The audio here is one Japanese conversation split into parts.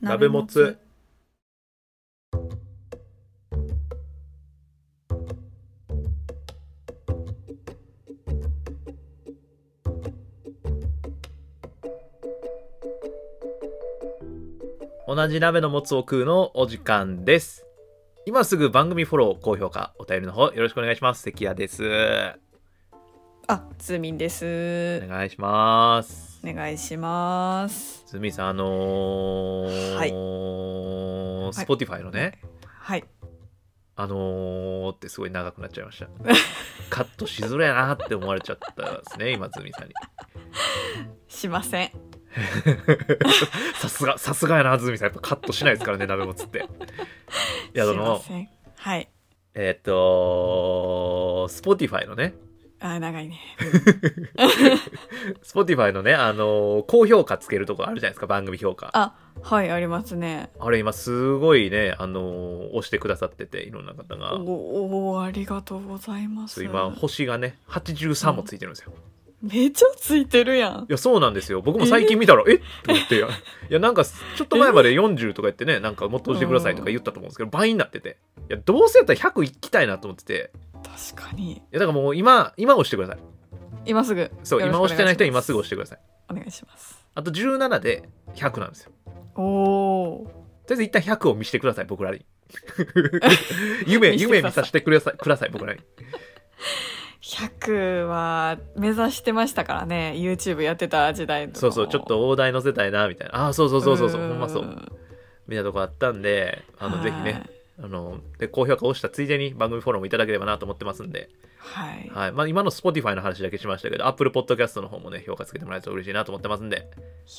鍋もつ同じ鍋のもつを食うのお時間です今すぐ番組フォロー高評価お便りの方よろしくお願いします関谷ですあ、ズミンですお。願いしますお願いします。ズミさんあのーはい Spotify のね、はい。あのーってすごい長くなっちゃい ましたカットしづらいなって思われちゃったですね今ズミさんにしません。さすがさすがやなズミさんやっぱカットしないですからね鍋もつっていやそしまのせん。はい。えーっと Spotify のねあ、長いね。 Spotify のね、あのー高評価つけるとこあるじゃないですか、番組評価。ああ、はい、ありますね。れ今すごいね、あのー押してくださってて、いろんな方がお。おー、ありがとうございます。そう今、星がね、83もついてるんですよ。いめっちゃついてるやん。や、そうなんですよ。僕も最近見たら、えっと思って、いや、いやなんか、ちょっと前まで40とか言ってね、なんかもっと押してくださいとか言ったと思うんですけど、倍になってて。いや、どうせやったら100いきたいなと思ってて。確かに。いや、だからもう今、今押してください。今すぐ。そう、よろし今くお願押してない人は今すぐ押ししてください。ます。お願いします。あと17で100なんですよ。おおとりあえず一旦100を見せてください僕らに 見せてくださ夢い 夢見させてくださいください僕らにー、100は目指してましたからね。YouTube やってた時代のそうそうちょっと大台乗せたいなみたいなああそうそうそうそうそうほんまそーうんみたいなとこあったんであのはいぜひねあので高評価を押したついでに番組フォローもいただければなと思ってますんで、はい。はいまあ、今の Spotify の話だけしましたけど Apple Podcast の方もね評価つけてもらえると嬉しいなと思ってますんで、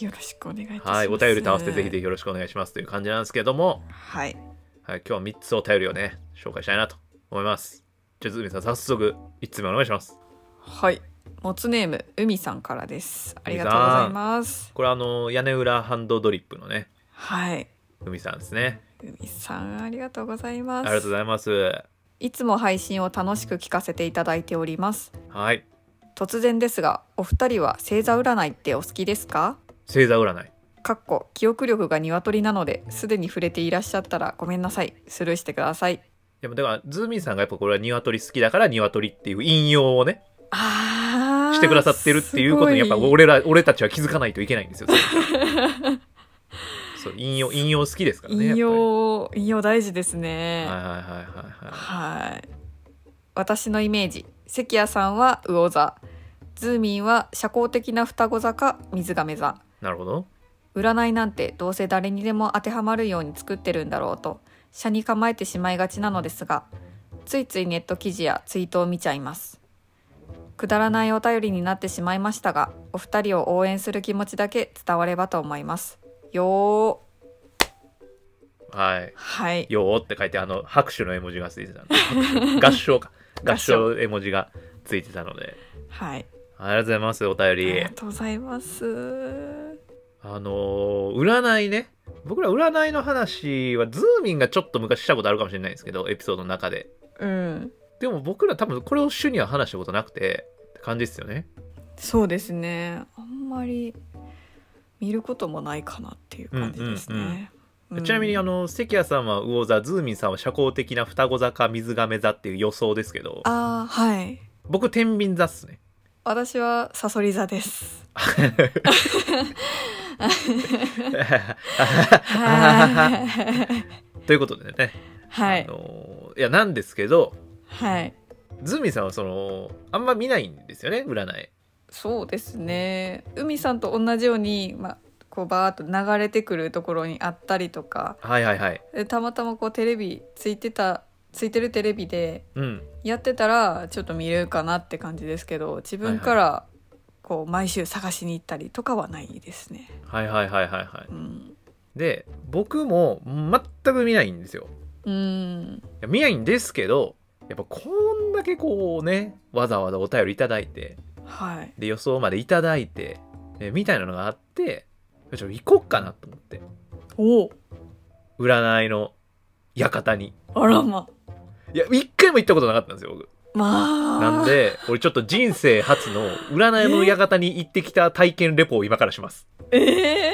よろしくお願いいたします。はい、お便りと合わせてぜひぜひよろしくお願いしますという感じなんですけども、はい。はい、今日は3つお便りをね紹介したいなと思いますじゃあずみさん早速1つ目お願いしますはい。もつネーム、うみさんからです。ありがとうございます。これあの屋根裏ハンドドリップのねはい。海さんですねうみさん、ありがとうございあまりす。がとうございますいつも配信を楽しく聞かせていただいております。はい突然ですが、お二人は星座占いってお好きですか星座占いかっこ記憶力が鶏なので、すでに触れていらっしゃったらごめんなさい。スルーしてください。でもだからズーミンさんがやっぱこれは鶏好きだから鶏っていう引用をねあーしてくださってるっていうことにやっぱ俺ら俺たちは気づかないといけない んですよそう引用引用好きですからね引やっぱ用、引用大事ですりね。はいはいはいはいははい。私のイメージ、関谷さんは魚座、ズーミンは社交的な双子座か水亀座。いなるほど占いなんてどうせ誰にでも当てはまるように作ってるんだろうと、社に構えてしまいがちなのですが、ついついネット記事やツイートを見ちゃいます。くだらないお便りになってしまいましたが、お二人を応援する気持ちだけ伝わればと思います。よー。はいはい。よーって書いてあの拍手の絵文字がついてたので合唱か合 合唱唱絵文字がついてたのではい。ありがとうございますお便ありりがとうございます。あのー占いね。僕ら占いの話は、ズーミンがちょっと昔したことあるかもしれないんですけど、エピソードの中で。うん。でも僕ら多分これを主には話したことなくて、って感じですよね。そうですねあんまり見ることもないかなっていう感じですね、うんちなみに、あの、関谷さんは魚座、ズーミンさんは社交的な双子座か水亀座っていう予想ですけど、あーはい僕、天秤座っ すね。私はサソリ座 ですはということでね、いあのーいや、なんですけど、はいズーミンさんはその、あんま見ないんですよね、占い。そうですね海さんと同じようにまあこうバーッと流れてくるところにあったりとかはいはいはい。でたまたまこうテレビついてたついてるテレビでうん。やってたらちょっと見れるかなって感じですけど自分からこう毎週探しに行ったりとかはないですね。はいはいはいはいはい。うん、で僕も全く見ないんですようん、いや見ないんですけどやっぱこんだけこうねわざわざお便りいただいてはい。で予想までいただいて、えみたいなのがあってちょっと行こっかなと思ってお占いの館にあらま、いや一回も行ったことなかったんですよ僕まあ。なんで俺ちょっと人生初の占いの館に行ってきた体験レポを今からしますえ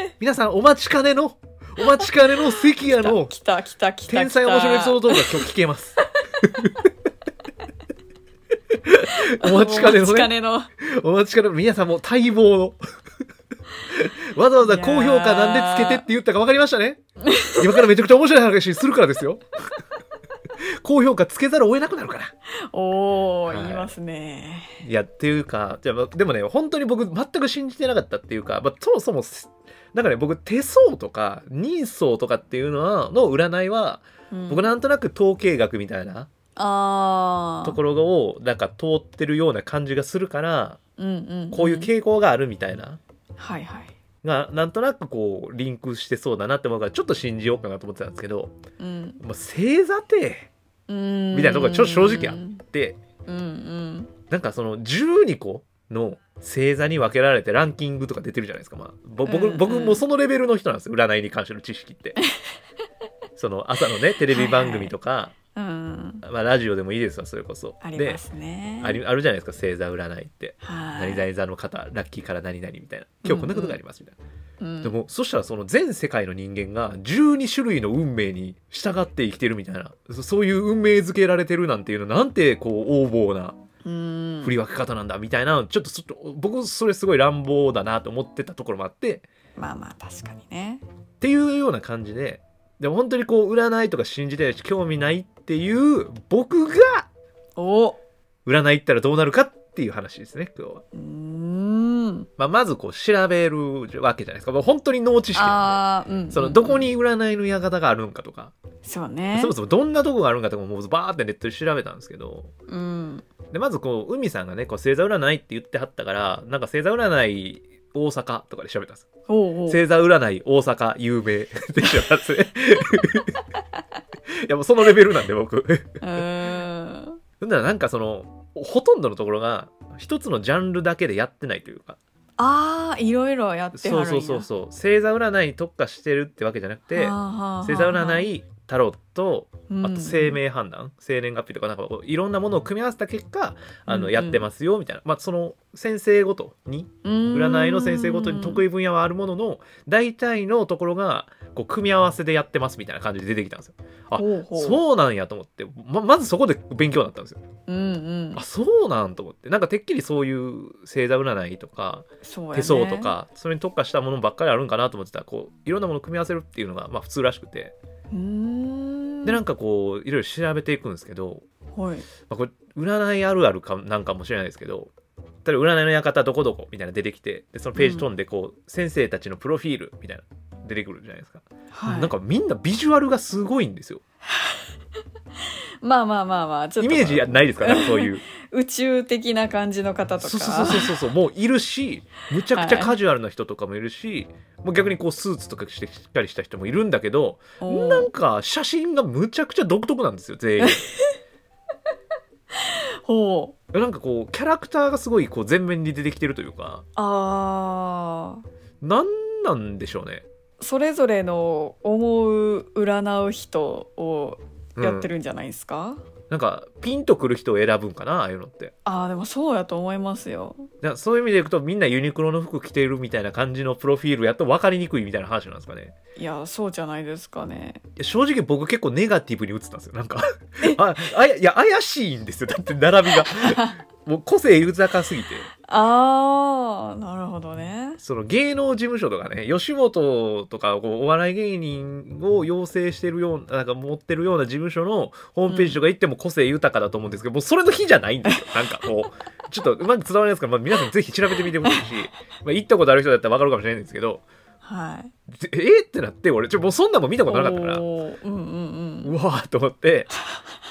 え皆さんお待ちかねのお待ちかねの関谷 の来た来た来た来た天才面白いエピソード動画今日聞けます。 お待ちかねおの待ちかねね、のお待ちかねの皆さんも待望の。 わざわざ高評価なんでつけてって言ったか分かりましたね。 今からめちゃくちゃ面白い話するからですよ。高評価つけざるを得なくなるから。おおはい言いますねいやっていうかじゃあまあでもね本当に僕全く信じてなかったっていうか、まあ、そもそもすなんかね僕手相とか人相とかっていうのはの占いは、うん僕なんとなく統計学みたいなあとあころをなんか通ってるような感じがするからうんうんんこういう傾向があるみたいな。はいはいがなんとなくこうリンクしてそうだなって思うからちょっと信じようかなと思ってたんですけど、うんまあ、星座ってうんみたいなとこがちょっと正直うあんってうんなんかその12個の星座に分けられてランキングとか出てるじゃないですか、まあ、ぼ僕,、うんうん僕もそのレベルの人なんですよ占いに関しての知識って その朝のねテレビ番組とかうんまあ、ラジオでもいいですわそれこそありでますねありあるじゃないですか星座占いって、はい何々座の方ラッキーから何々みたいな今日こんなことがありますみたいな、うんでもそしたらその全世界の人間が12種類の運命に従って生きてるみたいなそそういう運命づけられてるなんていうのなんてこう横暴なうん振り分け方なんだみたいなちょっとそ僕それすごい乱暴だなと思ってたところもあってまあまあ確かにねっていうような感じででも本当にこう占いとか信じてないし興味ないっていう僕がお占い行ったらどうなるかっていう話ですね今日は、うんまあ、まずこう調べるわけじゃないですかもう本当に脳知識なんああうんでそのどこに占いの館があるのかとか、そうねそもそもどんなとこがあるのかとかもうバーってネットで調べたんですけどうんでまずこう海さんがねこう星座占いって言ってはったからなんか星座占い大阪とかで調べたんですおうおう星座占い大阪有名 でしょだってねいやもうそのレベルなんで僕うーんほんならなんかそのほとんどのところが一つのジャンルだけでやってないというかあーいろいろやってはそるんうやそうそうそう星座占いに特化してるってわけじゃなくてはあはあはあ星座占いタロットうんあと生命判断生年月日とかなんかこういろんなものを組み合わせた結果あうんうのんやってますよみたいな、まあ、その先生ごとに占いの先生ごとに得意意分野はあるものの大体のところがこう組み合わせでやってますみたいな感じで出てきたんですよ。あほうほうそうなんやと思ってままずそこで勉強になったんですよ。うんうんあそうなんと思ってなんかてっきりそういう星座占いとかそうやね手相とかそれに特化したものばっかりあるんかなと思ってたらこういろんなものを組み合わせるっていうのがまあ普通らしくてうーんでなんかこういろいろ調べていくんですけど、はいまあ、これ占いあるあるかなんかもしれないですけど例えば占いの館どこどこみたいなの出てきてでそのページ飛んでこう、先生たちのプロフィールみたいなの出てくるじゃないですか、はいなんかみんなビジュアルがすごいんですよまあまあまあまあちょっイとメージないですかなんかそ ういう宇宙的な感じの方とかそうそうそうそうそうもういるしむちゃくちゃカジュアルな人とかもいるし、もう逆にこうスーツとかしてしっかりした人もいるんだけどおーなんか写真がむちゃくちゃ独特なんですよ 全員ほうなんかこうキャラクターがすごいこう前面に出てきてるというかあーなんなんでしょうねそれぞれの思う占う人をやってる、るんじゃないですか、なんかピンとくる人を選ぶんかなああいうのってあーでもそうやと思いますよだからそういう意味でいくとみんなユニクロの服着てるみたいな感じのプロフィールやと分かりにくいみたいな話なんですかねいやそうじゃないですかねいや正直僕結構ネガティブに映ってたんですよなんかああやいや怪しいんですよだって並びがもう個性豊かすぎてああなるほどねその芸能事務所とかね吉本とかこうお笑い芸人を養成してるようななんか持ってるような事務所のホームページとか行っても個性豊かだと思うんですけど、もうそれの日じゃないんですよなんかこ うちょっとうまく伝わりますから、まあ、皆さんぜひ調べてみてほしいし、まあ、行ったことある人だったら分かるかもしれないんですけどはいぜえー、ってなって俺ちょもうそんなんも見たことなかったからうおーうんうんうんわーと思って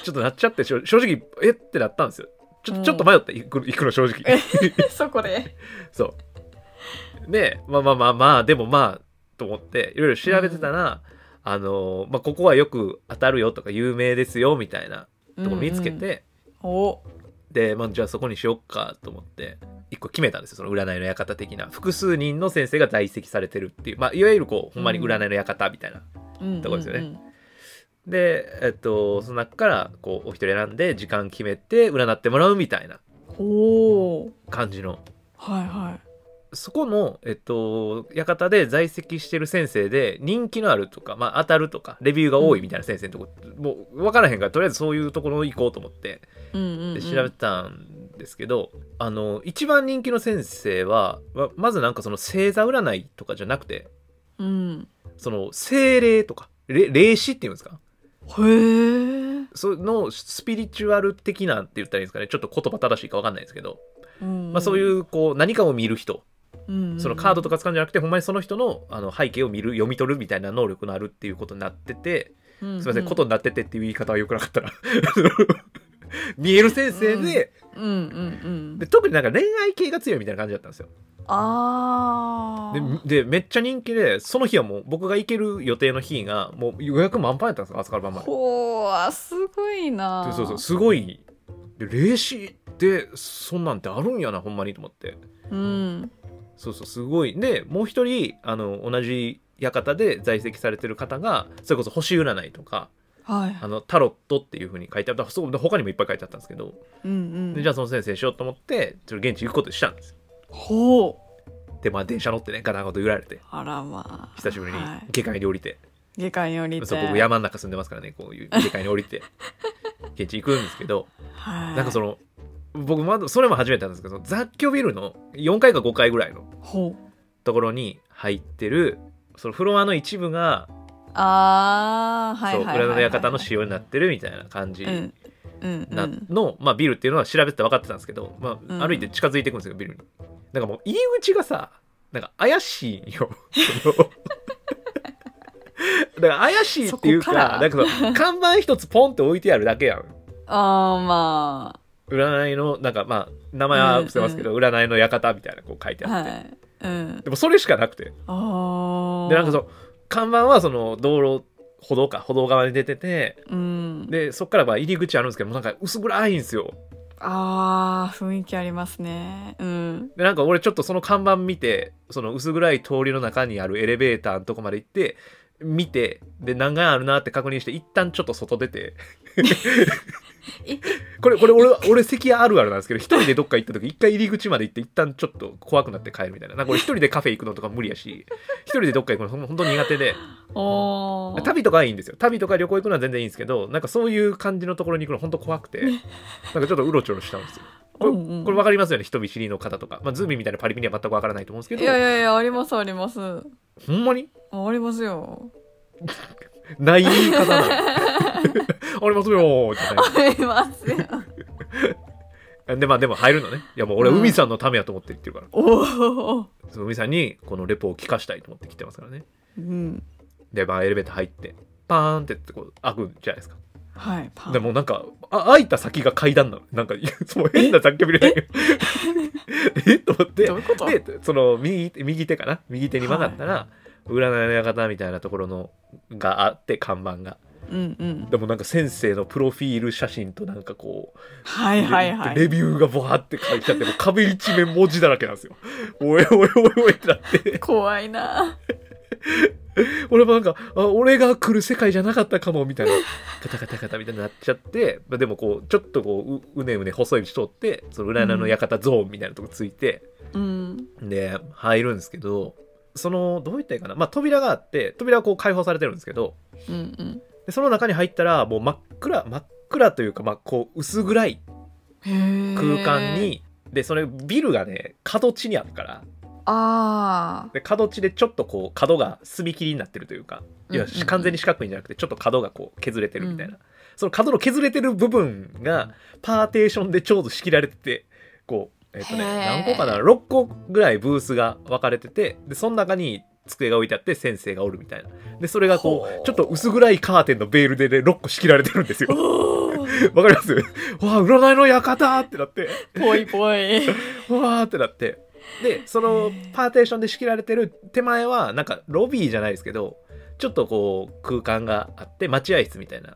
ちょっとなっちゃってしょ正直えーってなったんですよちうょんちょっと迷った行く行くの正直 そこでそう。で、まあまあまあまあ、でもまあ、と思って、いろいろ調べてたら、あのーまあ、ここはよく当たるよとか、有名ですよ、みたいなとこ見つけて、うんうんおで、まあ、じゃあそこにしよっかと思って、一個決めたんですよ、その占いの館的な。複数人の先生が在籍されてるっていう、まあ、いわゆるこう、ほんまに占いの館みたいな。うんとこですよねうんで、えっと、その中から、こう、お一人選んで、時間決めて、占ってもらうみたいなうんおー感じのはいはいそこの、えっと、館で在籍してる先生で人気のあるとか、まあ、当たるとかレビューが多いみたいな先生のとこ、もう分からへんからとりあえずそういうところ行こうと思ってうんうん、うでん、調べてたんですけど、あの一番人気の先生はままずなんかその星座占いとかじゃなくてうんその精霊とかれ霊視っていうんですかへえそのスピリチュアル的なって言ったらいいんですかねちょっと言葉正しいか分かんないですけど、まあ、そうい、うこう何かを見る人うんうん、そのカードとかか使うんじゃなくてほんまにその人のあの背景を見る読み取るみたいな能力のあるっていうことになっててすすみいませんことになっててっていう言い方はよくなかったな 見える先生で,、うんうんうんで特になんか恋愛系が強いみたいな感じだったんですよああででめっちゃ人気でその日はもう僕が行ける予定の日がもう予約満帆やったんですよ朝から晩までほうあすごいなでそうそうすごいで霊視ってそんなんてあるんやなほんまにと思ってうんそうそうすごいでもう一人あの同じ館で在籍されてる方がそれこそ星占いとかはいあのタロットっていう風に書いてあったそうで他にもいっぱい書いてあったんですけどうんうんでじゃあその先生にしようと思ってちょっと現地行くことにしたんですほうでまあ電車乗ってねガタガタ揺られてあらまあ久しぶりにはい下界に降りて、下界よりそう僕山の中住んでますからねこういう下界に降りて現地行くんですけどはいなんかその僕まだそれも初めてなんですけどその雑居ビルの4階か5階ぐらいのほうところに入ってるそのフロアの一部がああはいそうはいはい、は裏い、の館の仕様になってるみたいな感じうんうんうなんの、まあ、ビルっていうのは調べてたら分かってたんですけど、まうんあ、歩いて近づいていくんですよビルに。なんかもう入り口がさなんか怪しいよ。そのだから怪しいっていうかそこからなんかその看板一つポンって置いてあるだけやん。あーま占いのなんかまあ名前は伏せますけど、占いの館みたいなこう書いてああはっいて、うんでもそれしかなくてああでなんかその看板はその道路歩道か歩道側に出ててうんでそっからまあ入り口あるんですけどもうなんか薄暗いんですよああ雰囲気ありますねうんでなんか俺ちょっとその看板見てその薄暗い通りの中にあるエレベーターのとこまで行って見てで何階あるなって確認して一旦ちょっと外出てえこれこれ俺は俺席あるあるなんですけど一人でどっか行った時一回入り口まで行って一旦ちょっと怖くなって帰るみたいななんか俺一人でカフェ行くのとか無理やし一人でどっか行くのほん本当に苦手でおー旅とかはいいんですよ旅とか旅行行くのは全然いいんですけどなんかそういう感じのところに行くの本当怖くてなんかちょっとうろちょろしたんですよこれうんうんこれ分かりますよね人見知りの方とか、まあ、ズーミーみたいなパリピには全く分からないと思うんですけどいやいやいやありますありますあほんまにりますよない言い方なの ありますよーじゃなありますよいでまあでも入るのねいやもう俺は海さんのためやと思って言ってるから、おおその海さんにこのレポを聞かしたいと思って来てますからねうんでまあエレベーター入ってパーンってってこう開くじゃないですかはいパンでもなんかあ開いた先が階段なのなんかその変な雑居ビルだけど えと思ってどういうことでその右右手かな右手に曲がったら、占いの館みたいなところのがあって看板がうんうんでもなんか先生のプロフィール写真となんかこはう、いはいはいレレビューがボワって書いてあってもう壁一面文字だらけなんですよおいおいおいおいってなって怖いな俺もなんかあ俺が来る世界じゃなかったかもみたいなカタカタカタみたいになっちゃって、まあ、でもこうちょっとこうううねうね細い道通ってその占いの館ゾーンみたいなとこついて、うんで入るんですけどそのどう言ったらいいかな、まあ、扉があって扉はこう開放されてるんですけどうんうんでその中に入ったらもう真っ暗真っ暗というか、まあ、こう薄暗いへ空ー間に、でそれビルがね角地にあるからあで角地でちょっとこう角が隅切りになってるというかあいや完全に四角いんじゃなくてちょっと角がこう削れてるみたいな、その角の削れてる部分がパーテーションでちょうど仕切られててこうえっ、とねへー何個かな6個ぐらいブースが分かれててでその中に机が置いてあって先生がおるみたいなでそれがこほううちょっと薄暗いカーテンのベールで、ね、6個仕切られてるんですよおーわかりますわあ占いの館ってなって ぽいぽいわーってなってでそのパーテーションで仕切られてる手前はなんかロビーじゃないですけどちょっとこう空間があって待合室みたいな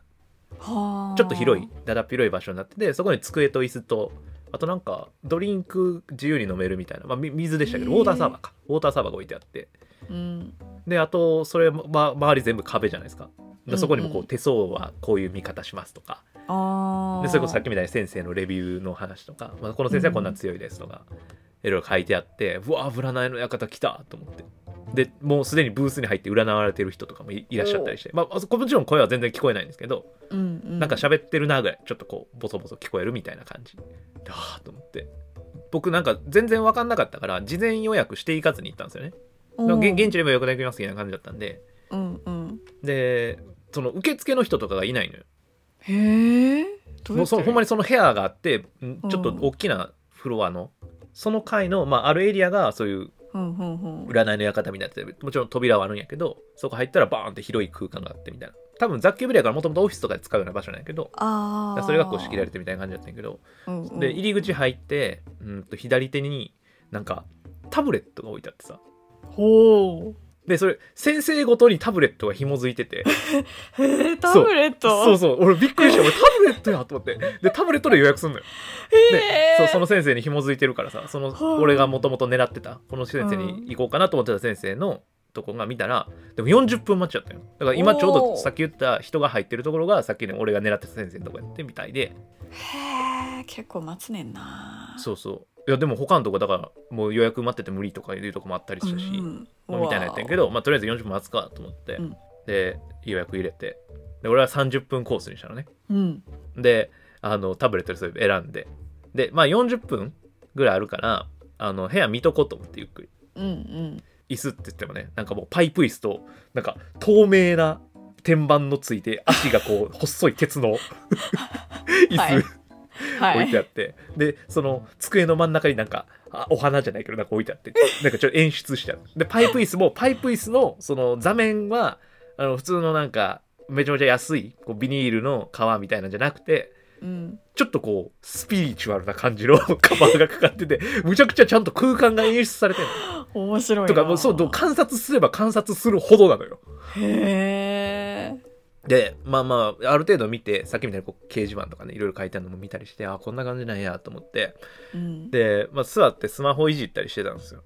はーちょっと広いだだっ広い場所になっててそこに机と椅子とあとなんかドリンク自由に飲めるみたいな、まあ、み水でしたけどへウーォーターサーバーかウォーターサーバーが置いてあってうんであとそれ、ま、周り全部壁じゃないですかでそこにもこうんうう手相はこういう見方しますとかああでそれこそさっきみたいに先生のレビューの話とか、まあ、この先生はこんなん強いですとか、いろいろ書いてあってうわ占いの館来たと思ってでもうすでにブースに入って占われてる人とかもいいらっしゃったりしてまああそこもちろん声は全然聞こえないんですけどうんうん、なんか喋ってるなぐらいちょっとこうボソボソ聞こえるみたいな感じでああと思って僕なんか全然分かんなかったから事前予約していかずに行ったんですよねうん現現地でも予約できますみたいな感じだったんでうんうんでその受付の人とかがいないのよへえどうもやうっそてほんまにその部屋があってんちょっと大きなフロアのその階の、まあ、あるエリアがそういううんうんうん占いの館みたいになっててもちろん扉はあるんやけどそこ入ったらバーンって広い空間があってみたいな多分雑居ビルやからもともとオフィスとかで使うような場所なんやけどだあからあそれがこう仕切られてみたいな感じだったんやけどうんうんで入り口入ってうんと左手になんかタブレットが置いてあってさほでそれ先生ごとにタブレットが紐づいて てうへえタブレットそうそう俺びっくりした俺タブレットやと思ってでタブレットで予約すんのよでへーそうその先生に紐づいてるからさそのはい俺がもともと狙ってたこの先生に行こうかなと思ってた先生のとこが見たらでも40分待っちゃったよだから今ちょうおどーさっき言った人が入ってるところがさっきね俺が狙ってた先生のとこやってみたいでへえ結構待つねんなそうそういやでも他のとこだからもう予約待ってて無理とかいうとこもあったりしたし、うんまあみたいなやったんやけどど、まあ、とりあえず40分待つかと思って、うんで予約入れてで俺は30分コースにしたのねうんであのタブレットでそれ選んででまあ40分ぐらいあるからあの部屋見とこうと思ってゆっくりうんうん椅子って言ってもねなんかもうパイプ椅子となんか透明な天板のついて足がこ う細い鉄の椅はい子は置いいてあって、でその机の真ん中になんかあお花じゃないけどなんか置いてあってなんかちょっと演出してあるでパイプ椅子もパイプ椅子のその座面はあの普通のなんかめちゃめちゃ安いこうビニールの革みたいなんじゃなくてうんちょっとこうスピリチュアルな感じの カバーがかかっててむちゃくちゃちゃんと空間が演出されてる面白いなとかもうそうどう観察すれば観察するほどなのよへえでまあまあある程度見てさっきみたいにこう掲示板とかねいろいろ書いてあるのも見たりしてあこんな感じなんやと思ってうんで、まあ、座ってスマホいじったりしてたんですよ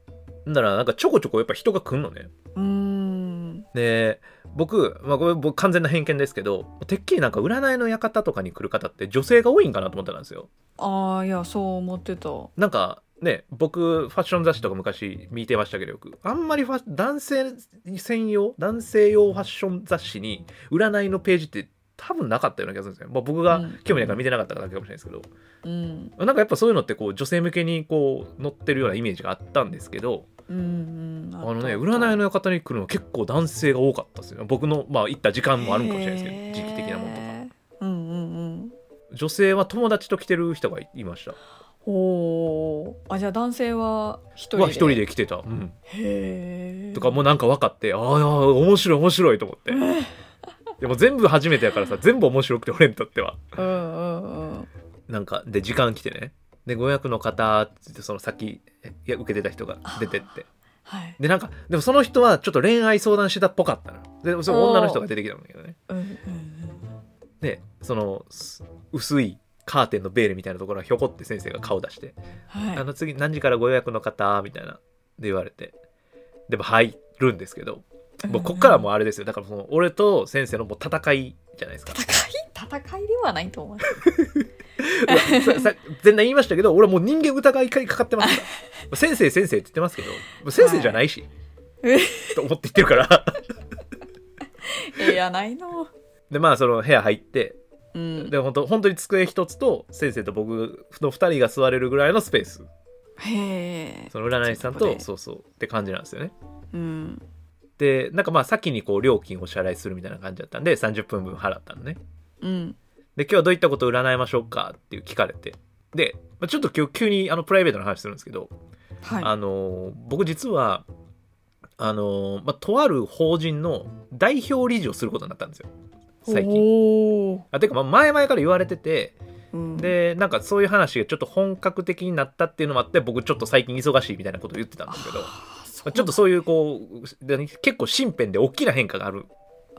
んだらなんかちょこちょこやっぱ人が来んのねうんで僕、まあ、これ僕完全な偏見ですけどてっきりなんか占いの館とかに来る方って女性が多いんかなと思ってたんですよああいやそう思ってたうなんかね僕ファッション雑誌とか昔見てましたけどよくあんまりファ男性専用男性用ファッション雑誌に占いのページって多分なかったような気がするんですよ、まあ、僕がうん興味ないから見てなかっただけかもしれないですけど、んなんかやっぱそういうのってこう女性向けにこう載ってるようなイメージがあったんですけどうんうんあのね占いの館に来るの結構男性が多かったですよ僕のまあ行った時間もあるんかもしれないですけど時期的なものとかとかうんうんうん女性は友達と来てる人がいましたおおあじゃあ男性は一人では一人で来てた、うん、へえとかもうなんか分かってああ面白い面白いと思ってでも全部初めてやからさ全部面白くて俺にとってはうんうんうんなんかで時間来てねでご予約の方って言ってその先えいや受けてた人が出てってはいでなんかでもその人はちょっと恋愛相談してたっぽかったのでそのおー女の人が出てきたんだけどねうんうんうんでそのす薄いカーテンのベールみたいなところはひょこって先生が顔出してはいあの次何時からご予約の方みたいなで言われてでも入るんですけどもうこっからはもうあれですよだからその俺と先生のもう戦いじゃないですか戦い戦いではないと思う ささ前段言いましたけど俺はもう人間疑いかかってますから 先生先生って言ってますけどもう先生じゃないし、はいと思って言ってるから いやないのでまあその部屋入ってうんで本当本当に机一つと先生と僕の2人が座れるぐらいのスペースへえその占い師さんそういうとことそうそうって感じなんですよねうんでなんかまあ先にこう料金をお支払いするみたいな感じだったんで30分分払ったのねうんで今日はどういったことを占いましょうかっていう聞かれてで、まあ、ちょっと今日急にあのプライベートの話するんですけど、はいあのー僕実はあのーまあ、とある法人の代表理事をすることになったんですよ最近。おーあてかまあ前々から言われててうんでなんかそういう話がちょっと本格的になったっていうのもあって僕ちょっと最近忙しいみたいなことを言ってたんですけど、まあそあうちょっとそういうこうで結構身辺で大きな変化がある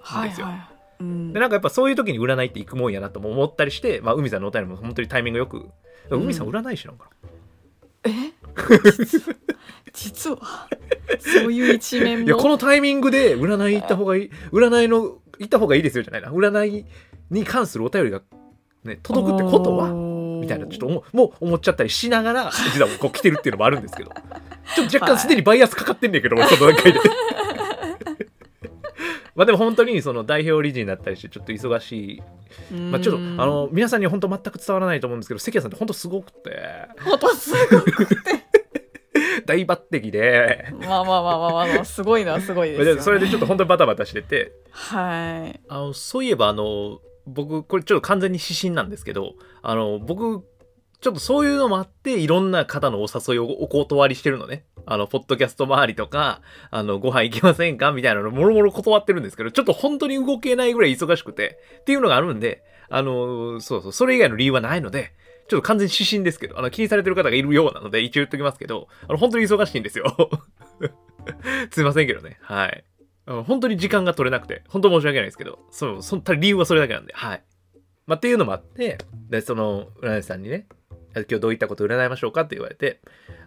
はいですよはいうんでなんかやっぱそういう時に占いって行くもんやなとも思ったりして、まあ、海さんのお便りも本当にタイミングよくうん海さん占い師なんかな、え 実はそういう一面いやこものタイミングで占い行った方がいい占いの行った方がいいですよじゃないな占いに関するお便りが、ね、届くってことはおみたいなちょっと思うもう思っちゃったりしながら実はこう来てるっていうのもあるんですけどちょっと若干すでにバイアスかかってんねんけど、俺その段 階で。まあでも本当にその代表理事になったりしてちょっと忙しい、まあ、ちょっとあの皆さんには本当全く伝わらないと思うんですけど関谷さんって本当すごくて ほんとすごい大抜擢でまあまあまあまあまあ、まあ、すごいのはすごいですよ、ね、 それでちょっと本当にバタバタしててはいあのそういえばあの僕これちょっと完全に指針なんですけどあの僕ちょっとそういうのもあっていろんな方のお誘いをお断りしてるのねあのポッドキャスト周りとかあのご飯行きませんかみたいなのもろもろ断ってるんですけどちょっと本当に動けないぐらい忙しくてっていうのがあるんであのそうそうそれ以外の理由はないのでちょっと完全に指針ですけどあの気にされてる方がいるようなので一応言っときますけどあの本当に忙しいんですよ すいませんけどねはいあの本当に時間が取れなくて本当申し訳ないですけどそうそんた理由はそれだけなんではいまあ、っていうのもあってでその占い師さんにね今日どういったことを占いましょうかって言われて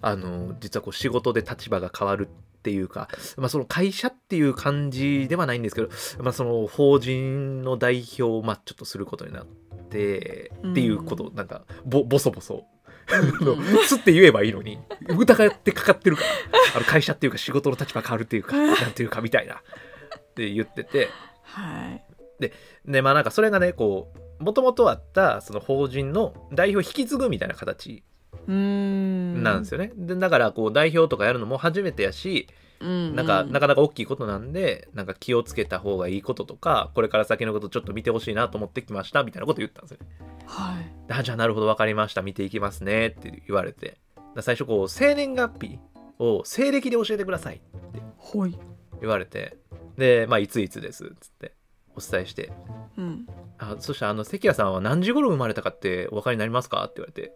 あの実はこう仕事で立場が変わるっていうか、まあ、その会社っていう感じではないんですけど、まあ、その法人の代表をまあちょっとすることになってっていうこと、なんかぼボソボソ。うん うんのすって言えばいいのに疑ってかかってるからあの会社っていうか仕事の立場変わるっていうかなんていうかみたいなって言っててはいでまあなんかそれがねこうもともとあったその法人の代表引き継ぐみたいな形うーんなんですよね、でだからこう代表とかやるのも初めてやしうんなんか、うなかなか大きいことなんでなんか気をつけた方がいいこととかこれから先のことちょっと見てほしいなと思ってきましたみたいなこと言ったんですよねはいであじゃあなるほど分かりました見ていきますねって言われてだから最初こう生年月日を西暦で教えてくださいほい言われてでまあいついつですっつってお伝えしてうんあそしたらあの関谷さんは何時頃生まれたかってお分かりになりますかって言われて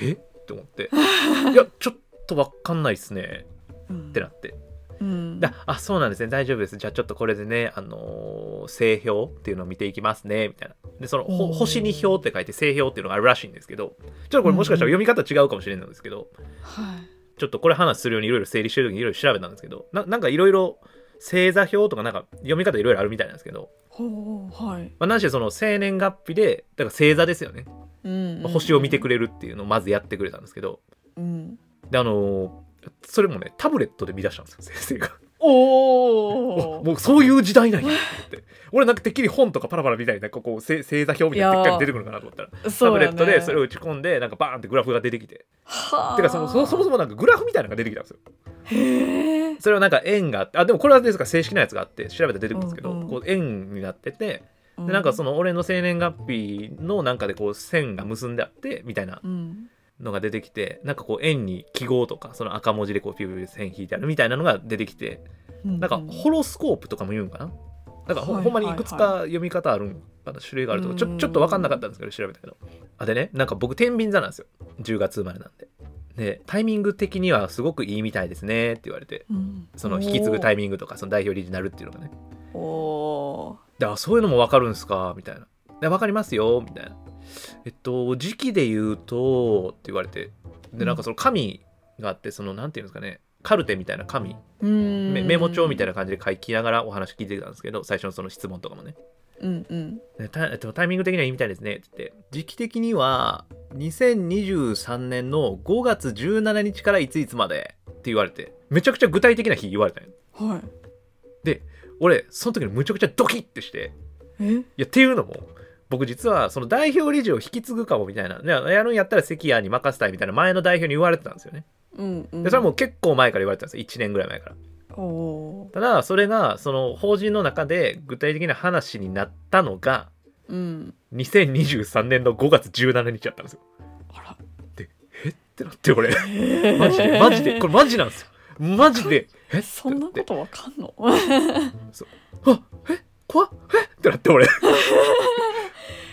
えって思って「いやちょっと分かんないっすね」っってなってうんだあそうなんですね大丈夫ですじゃあちょっとこれでねあのー星表っていうのを見ていきますねみたいなでそのおほー星に表って書いて星表っていうのがあるらしいんですけどちょっとこれもしかしたら読み方違うかもしれないんですけど、はいちょっとこれ話するようにいろいろ整理してる時にいろいろ調べたんですけどななんかいろいろ星座表とかなんか読み方いろいろあるみたいなんですけど、ほうはいまあ、何しろその生年月日でだから星座ですよね、うんまあ星を見てくれれるっていうのをまずやってくれたんですけどうんであのーそれもねタブレットで見出したんですよ 先生が。おお おもうそういう時代なんやと思って俺なんかてっきり本とかパラパラみたいなこうこうせ星座表みたいなのいやーでっかいの出てくるかなと思ったら、タそブうレやッねトでそれを打ち込んでなんかバーンってグラフが出てきてはあてかそのそそもそもなんかグラフみたいなのが出てきたんですよへえそれはなんか円があってあでもこれはですから正式なやつがあって調べたら出てくるんですけど、うんうんこう円になっててででなんかその俺の生年月日のなんかでこう線が結んであってみたいなうんのが出てきてなんかこう円に記号とかその赤文字でこうピューピュー線引いてあるみたいなのが出てきてなんかホロスコープとかも言うんかななんかほ,、はいんまにいくつか読み方あるんかな種類があるとかちうょんちょっと分かんなかったんですけど調べたけどあでねなんか僕天秤座なんですよ10月生まれなんででタイミング的にはすごくいいみたいですねって言われてうんその引き継ぐタイミングとかその代表理事になるっていうのがねおおであそういうのも分かるんですかみたいなで分かりますよみたいなえっと時期で言うとって言われてでなんかその神があってそのなんていうんですかねカルテみたいな神うんメメモ帳みたいな感じで書きながらお話聞いてたんですけど最初のその質問とかもねうんうんでタえっとタイミング的にはいいみたいですねって言って時期的には2023年の5月17日からいついつまでって言われてめちゃくちゃ具体的な日言われたんよはい俺その時にむちゃくちゃドキッてしてえいやっていうのも僕実はその代表理事を引き継ぐかもみたいなでやるんやったら関谷に任せたいみたいな前の代表に言われてたんですよねうんうんでそれはもう結構前から言われてたんですよ1年ぐらい前からおおただそれがその法人の中で具体的な話になったのがーうん2023年の5月17日だったんですよあらってなって俺マジでマジでこれマジなんですよマジでえそんなことわかんの あえ怖っえってなっ て俺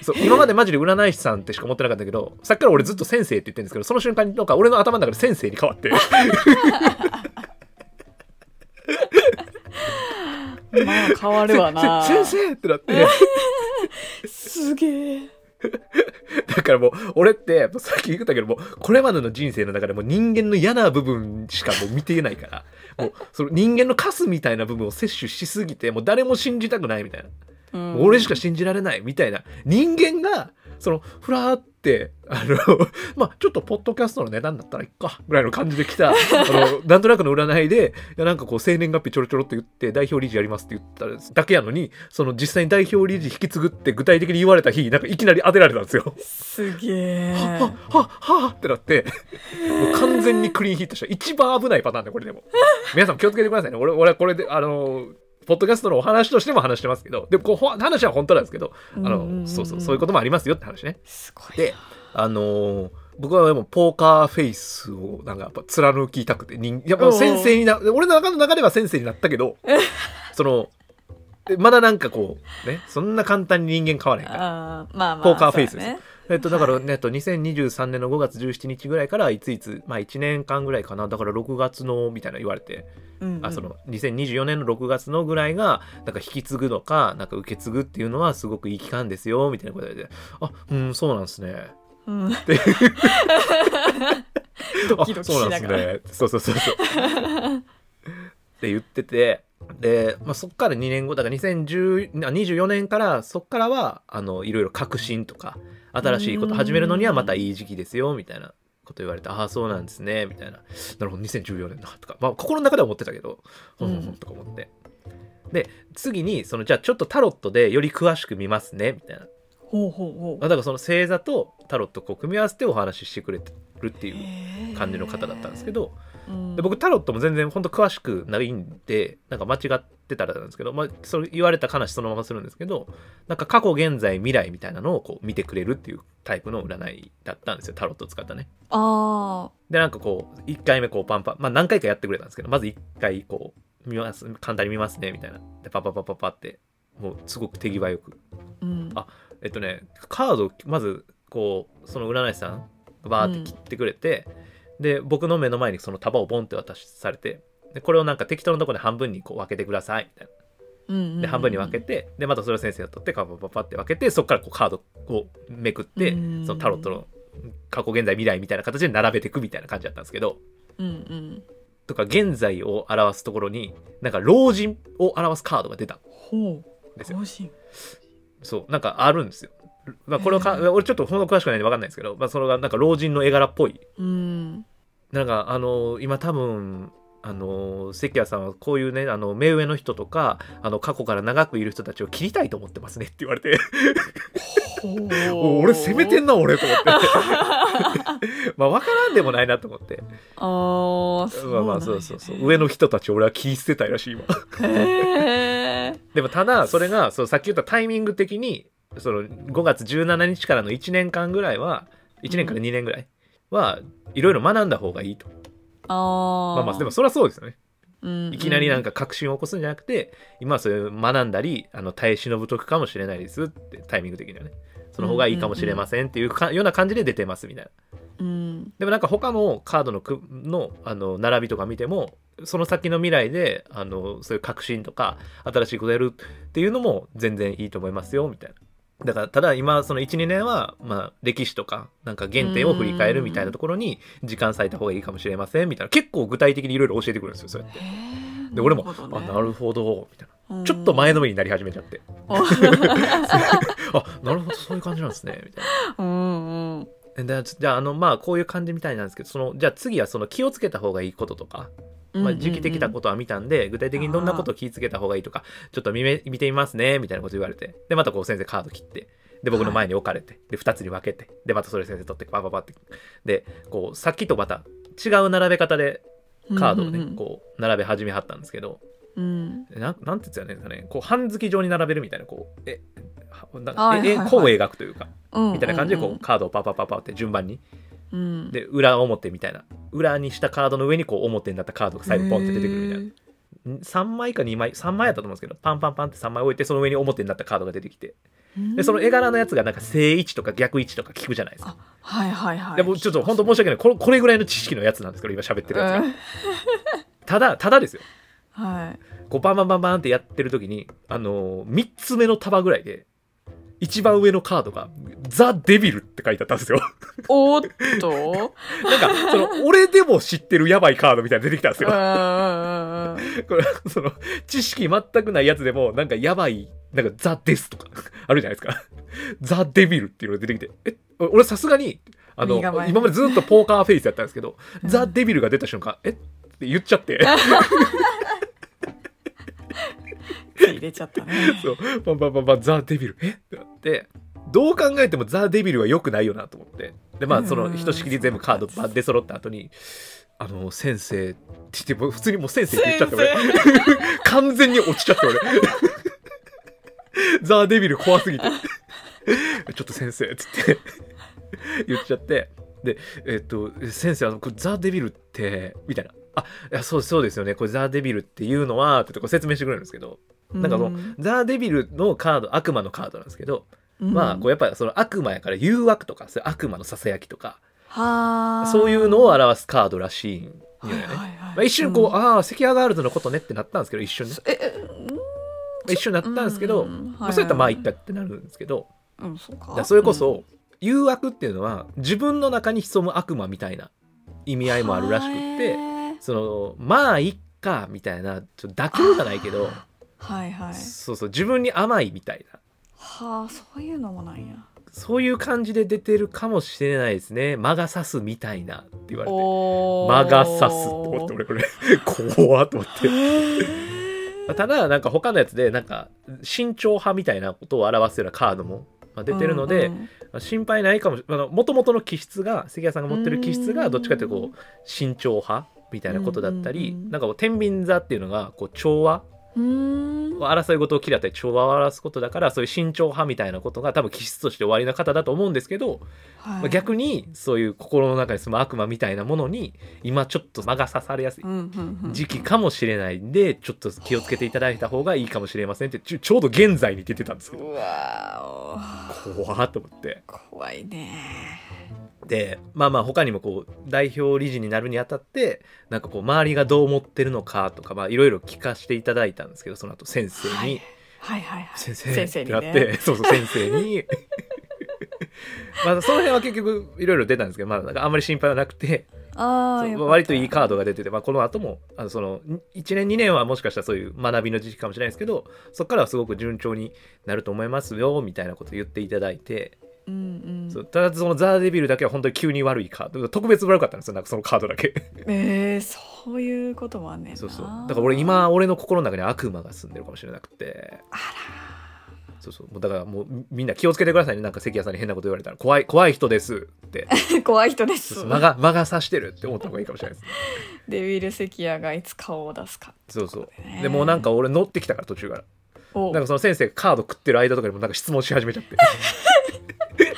そう今までマジで占い師さんってしか思ってなかったけどさっきから俺ずっと先生って言ってるんですけどその瞬間になんか俺の頭の中で先生に変わってまあ変わるわ なせせ先生ってなってすげえだからもう俺ってもうさっき言ったけどもうこれまでの人生の中でもう人間の嫌な部分しかもう見ていないからもうその人間のカスみたいな部分を摂取しすぎてもう誰も信じたくないみたいな、うん俺しか信じられないみたいな人間がそのふらーってあの まあちょっとポッドキャストの値段だったらいっかぐらいの感じで来たあのなんとなくの占いでいやなんかこう生年月日ちょろちょろって言って代表理事やりますって言っただけやのにその実際に代表理事引き継ぐって具体的に言われた日なんかいきなり当てられたんですよ。すげえはっはっはっはってなってもう完全にクリーンヒットした一番危ないパターンでこれでも皆さん気をつけてくださいね俺俺はこれであのポッドキャストのお話としても話してますけどでこうほ話は本当なんですけどあうんうんうのんそうそうそういうこともありますよって話ねすごいであのー僕はもうポーカーフェイスをなんかやっぱ貫きたくて人やっぱ先生にな俺の中の中では先生になった けどそのでまだなんかこうねそんな簡単に人間変われへんからあーまあまあポーカーフェイスそうでだすねえっと、だから、ね、えっと、2023年の5月17日ぐらいから、いついつ、まあ、1年間ぐらいかな、だから6月の、みたいな言われて、うんうんあその、2024年の6月のぐらいが、なんか引き継ぐのか、なんか受け継ぐっていうのは、すごくいい期間ですよ、みたいなことで、あ、うん、そうなんですね。うんあキドキそうなんでしなすがね。そうそうそうそう。って言ってて、で、まあ、そっから2年後、だから2010あ24年から、そっからは、あの、いろいろ革新とか、新しいこと始めるのにはまたいい時期ですよ、みたいなこと言われて、ああ、そうなんですね、みたいな。なるほど、2014年だ、とか、まあ、心の中では思ってたけど、ほんほんほんとか思って。で次にそのじゃあちょっとタロットでより詳しく見ますねみたいなほうほうほあだからその星座とタロットをこう組み合わせてお話ししてくれてるっていうう感じの方だったんですけ、ど、うんで僕タロットも全然ほんと詳しくないんでなんか間違ってたらなんですけど、まあ、それ言われた話そのままするんですけどなんか過去現在未来みたいなのをこう見てくれるっていうタイプの占いだったんですよタロットを使ったね。あでなんかこう1回目こうパンパンまあ何回かやってくれたんですけどまず1回こう見ます簡単に見ますねみたいなでパパパパパってもうすごく手際よくーうんあえっとねカードをまずこうその占い師さんがバーって切ってくれて、で僕の目の前にその束をボンって渡しされてでこれをなんか適当なところで半分にこう分けてくださいみたいうんうんうんなで半分に分けてでまたそれを先生が取ってカパパパって分けてそこからこうカードをめくってうんそのタロットの過去現在未来みたいな形で並べていくみたいな感じだったんですけどうんうんとか現在を表すところになんか老人を表すカードが出たんほうですよ方針そう、なんかあるんですよ。まあ、これをか、へー俺ちょっとほんの詳しくないんで分かんないですけど、まあ、それがなんか老人の絵柄っぽい。うんなんか、あの今多分、あの関谷さんはこういうね、あの、目上の人とか、あの、過去から長くいる人たちを切りたいと思ってますねって言われて、 お俺攻めてんのな、俺と思って。まあ、分からんでもないなと思って。あーそうまあまあ、そうそうそう。上の人たちを俺は切り捨てたいらしい、今。へーでもただそれがそうさっき言ったタイミング的にその5月17日からの1年間ぐらいは1年から2年ぐらいはいろいろ学んだ方がいいと、あ まあまあでもも、それはそうですよねうんうんいきなりなんか革新を起こすんじゃなくて今はそういう学んだりあの耐え忍ぶ時かもしれないですってタイミング的にはねその方がいいかもしれませんっていうかような感じで出てますみたいなうんでもなんか他のカードのくのあの並びとか見てもその先の未来であのそういう革新とか新しいことやるっていうのも全然いいと思いますよみたいな。だからただ今その12年はまあ歴史とかなんか原点を振り返るみたいなところに時間割いた方がいいかもしれませんみたいな結構具体的にいろいろ教えてくるんですよそれへーで俺もなるほどあねなるほどみたいなうんちょっと 前のめりになり始めちゃって おあなるほどそういう感じなんですねみたいなうんうんえだじゃああのまあこういう感じみたいなんですけどそのじゃあ次はその気をつけた方がいいこととか まあ、時期的なことは見たんで、具体的にどんなことを気をつけた方がいいとか、ちょっと見め見てみますね、みたいなこと言われて、で、またこう先生カード切って、で、僕の前に置かれて、で、2つに分けて、で、またそれ先生取って、パパパって、で、こう、さっきとまた違う並べ方でカードをね、こう、並べ始めはったんですけど、うんうんなんなんて言ってたらいいんですかね、こう、半月状に並べるみたいな、こう、え、はなんはかいはいえ、えはい弧を描くというか、うん、みたいな感じで、こう、カードをパパパパって順番に、うんうんうん、で、裏表みたいな、裏にしたカードの上に、こう、表になったカードが最後、ポンって出てくるみたいな。3枚か2枚3枚やったと思うんですけどパンパンパンって3枚置いてその上に表になったカードが出てきてなでその絵柄のやつがなんか正位置とか逆位置とか聞くじゃないですか、はいはいはい。でもうちょっと本当申し訳ないこれこれぐらいの知識のやつなんですけど今喋ってるやつが、うんただただですよはい。こうバンバンバンバンってやってる時にあのー、3つ目の束ぐらいで一番上のカードが「ザ・デビル」って書いてあったんですよ おーっと。なんかその俺でも知ってるやばいカードみたいなの出てきたんですうんようんうんうんこれその知識全くないやつでもなんかやばいなんかザ・デスとか あるじゃないですかザ・デビルっていうのが出てきてえ俺さすがにあの身構え今までずっとポーカーフェイスやったんですけど、うんザ・デビルが出た瞬間えって言っちゃって入れちゃったね。 そうパンパンパンパンザ・デビルえってなってどう考えてもザ・デビルは良くないよなと思ってでまうあんそのひとしきり全部カードバッで揃った後に「あの先生」って言ってもう普通にもう先生って言っちゃって俺完全に落ちちゃって俺 ザ・デビル怖すぎて 「ちょっと先生」っつって言っちゃってでえっと先生あのこれザ・デビルってみたいな「あいやそうそうですよねこれザ・デビルっていうのは」ってこう説明してくれるんですけどなんかそのザ・デビルのカード悪魔のカードなんですけど、うんまあこうやっぱりその悪魔やから誘惑とかそういう悪魔のささやきとかはあそういうのを表すカードらしいんよね。はいはいはいまあ、一瞬こう、んああ関アガールドのことねってなったんですけど一瞬ね、ええうんまあ一瞬なったんですけど、うんうんまあ、そうやったらまあいっはたってなるんですけど、いはいうんそうだかからそれこそ誘惑っていうのは自分の中に潜む悪魔みたいな意味合いもあるらしくってはそのまあいっかみたいなちょっと妥協じゃないけどいはいそうそう自分に甘いみたいなはあそういうのもなんやそういう感じで出てるかもしれないですね。魔が差すみたいなって言われて。お魔が差すって思って、俺これ、 怖っと思っへて。ただ、なんか他のやつで、なんか、慎重派みたいなことを表すようなカードもまあ出てるので、まあ心配ないかもしれない。もともとの気質が、関谷さんが持ってる気質うが、んどっちかというとこう、慎重派みたいなことだったり、うんうんうんなんかこう、天秤座っていうのが、こう、調和うんうん争い事を嫌ったり調和を表すことだから、そういう慎重派みたいなことが多分気質として終わりな方だと思うんですけど、まあ、逆にそういう心の中に住む悪魔みたいなものに今ちょっと魔が刺されやすい時期かもしれないんでちょっと気をつけていただいた方がいいかもしれませんってちょちょうど現在に出てたんですけどうわ怖ーっと思ってお怖いねでまあまあ他にもこう代表理事になるにあたってなんかこう周りがどう思ってるのかとかまあいろいろ聞かせていただいたんですけどその後先生に、はいはいはいはい先生ってなっにて、ねそうそう先生にまあその辺は結局いろいろ出たんですけどまあなんかあんまり心配はなくてああそうよかった割といいカードが出てて、まあ、この後もあのその1年2年はもしかしたらそういう学びの時期かもしれないですけどそこからはすごく順調になると思いますよみたいなことを言っていただいて、うんうんそうただそのザ・デビルだけは本当に急に悪いカード特別悪かったんですよなんかそのカードだけえーそういうこともあんねんなそうそうだから俺今俺の心の中に悪魔が住んでるかもしれなくてあそうそうもうだからもうみみんな気をつけてくださいねなんか関谷さんに変なこと言われたら怖い怖い人ですってら 怖い人ですそうそう間が間が差してるって思った方がいいかもしれないですねデビル関谷がいつ顔を出すかそうそうねでもうなんか俺乗ってきたから途中から。おなんかその先生がカード食ってる間とかにもなんか質問し始めちゃってめっ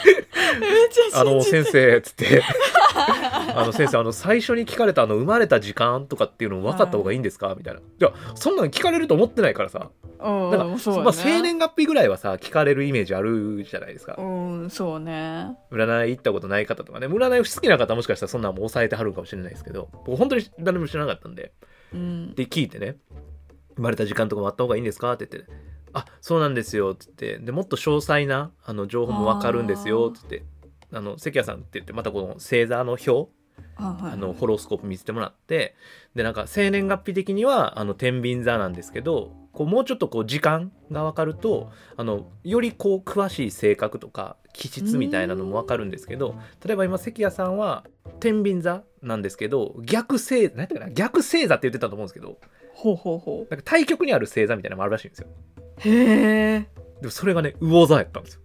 「ちゃあの 信じて先生」っつって 「あの先生あの最初に聞かれたあの生まれた時間とかっていうのも分かった方がいいんですか?」みたいな「いやそんなの聞かれると思ってないからさうんなんうんか、そうまあ、生年月日ぐらいはさ聞かれるイメージあるじゃないですかうんそうね占い行ったことない方とかね占い好きな方もしかしたらそんなんもう抑えてはるんかもしれないですけど僕本当に誰も知らなかったんでうんで聞いてね「生まれた時間とかもあった方がいいんですか?」って言って「あそうなんですよ」って言ってでもっと詳細なあの情報も分かるんですよって言って。あの関谷さんって言ってまたこの星座の表ああのホロスコープ見せてもらってでなんか生年月日的にはあの天秤座なんですけどこうもうちょっとこう時間が分かるとあのよりこう詳しい性格とか気質みたいなのも分かるんですけど例えば今関谷さんは天秤座なんですけど逆星何ていうかな逆星座って言ってたと思うんですけどほうほうほなんか対極にある星座みたいなのもあるらしいんですよ。うへえでもそれがね、魚座やったんですよ。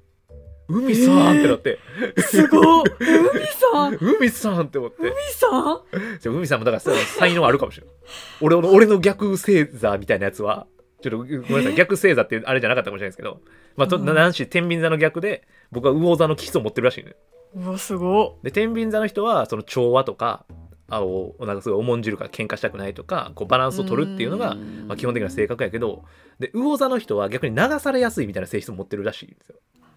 海さんってなって、すごっ海さん海海さんって思って。さんじゃあ海さんもだからそう才能あるかもしれない。俺の俺の逆星座みたいなやつは、ちょっとごめんなさい、逆星座ってあれじゃなかったかもしれないですけど、まあ、とうんなんし天秤座の逆で、僕は魚座の基礎を持ってるらしいね。うわすごで、天秤座の人は、その調和とか、あをなんかすごい重んじるから喧嘩したくないとか、こうバランっスを取るっていうのが、んまあ、基本的な性格やけど、で、魚座の人は逆に流されやすいみたいな性質を持ってるらしいんですよ。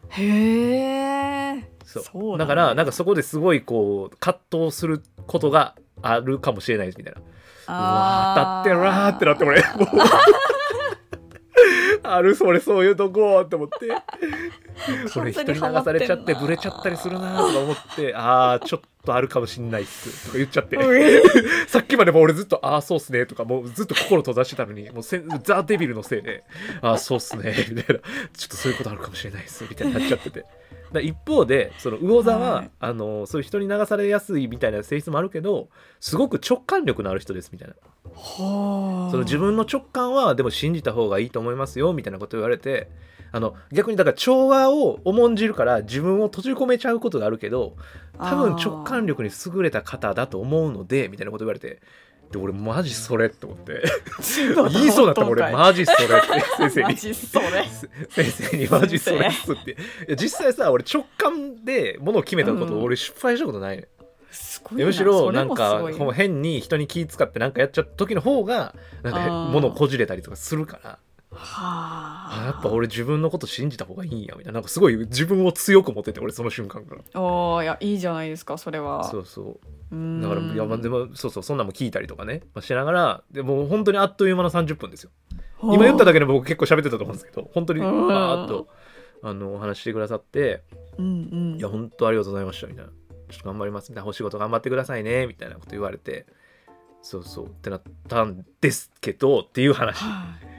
へえそうそうだだからなんかそこですごいこう葛藤することがあるかもしれないですみたいなうわー当たってるなーってなって 俺もうあるそれそういうとこって思って俺人に流されちゃってブレちゃったりするなーとか思ってあーちょっとあるかもしんないっす」とか言っちゃってうえさっきまでも俺ずっと「ああそうっすね」とかもうずっと心閉ざしてたのにもうせんザ・デビルのせいで「ああそうっすね」みたいな「ちょっとそういうことあるかもしれないっす」みたいになっちゃってて。だから一方でその魚座は、はいあのそういう人に流されやすいみたいな性質もあるけどすごく直感力のある人ですみたいなはあその自分の直感はでも信じた方がいいと思いますよみたいなことを言われてあの逆にだから調和を重んじるから自分を閉じ込めちゃうことがあるけど多分直感力に優れた方だと思うのでみたいなこと言われてで俺マジそれって思って 言いそうだったもん俺ママジそれって先ジ 生にそ れ先生にマジそれっすっていや実際さ俺直感でものを決めたことうん俺失敗したことないね、すごいなむしろなんそれかもすこごうい変に人に気使ってなんかやっちゃった時の方がなんかあーものをこじれたりとかするからはあやっぱ俺自分のこと信じた方がいいんやみたいななんかすごい自分を強く持ってて俺その瞬間からおーいやいいじゃないですかそれはそうそううだからいやまあでももそうそうそんなんも聞いたりとかね、まあ、しながらでも本当にあっという間の30分ですよ今言っただけで僕結構喋ってたと思うんですけど本当にバうんーッとあのお話してくださってうんうん「いや本当ありがとうございました」みたいな「ちょっと頑張ります」みたいな「お仕事頑張ってくださいね」みたいなこと言われてそうそうってなったんですけどっていう話はい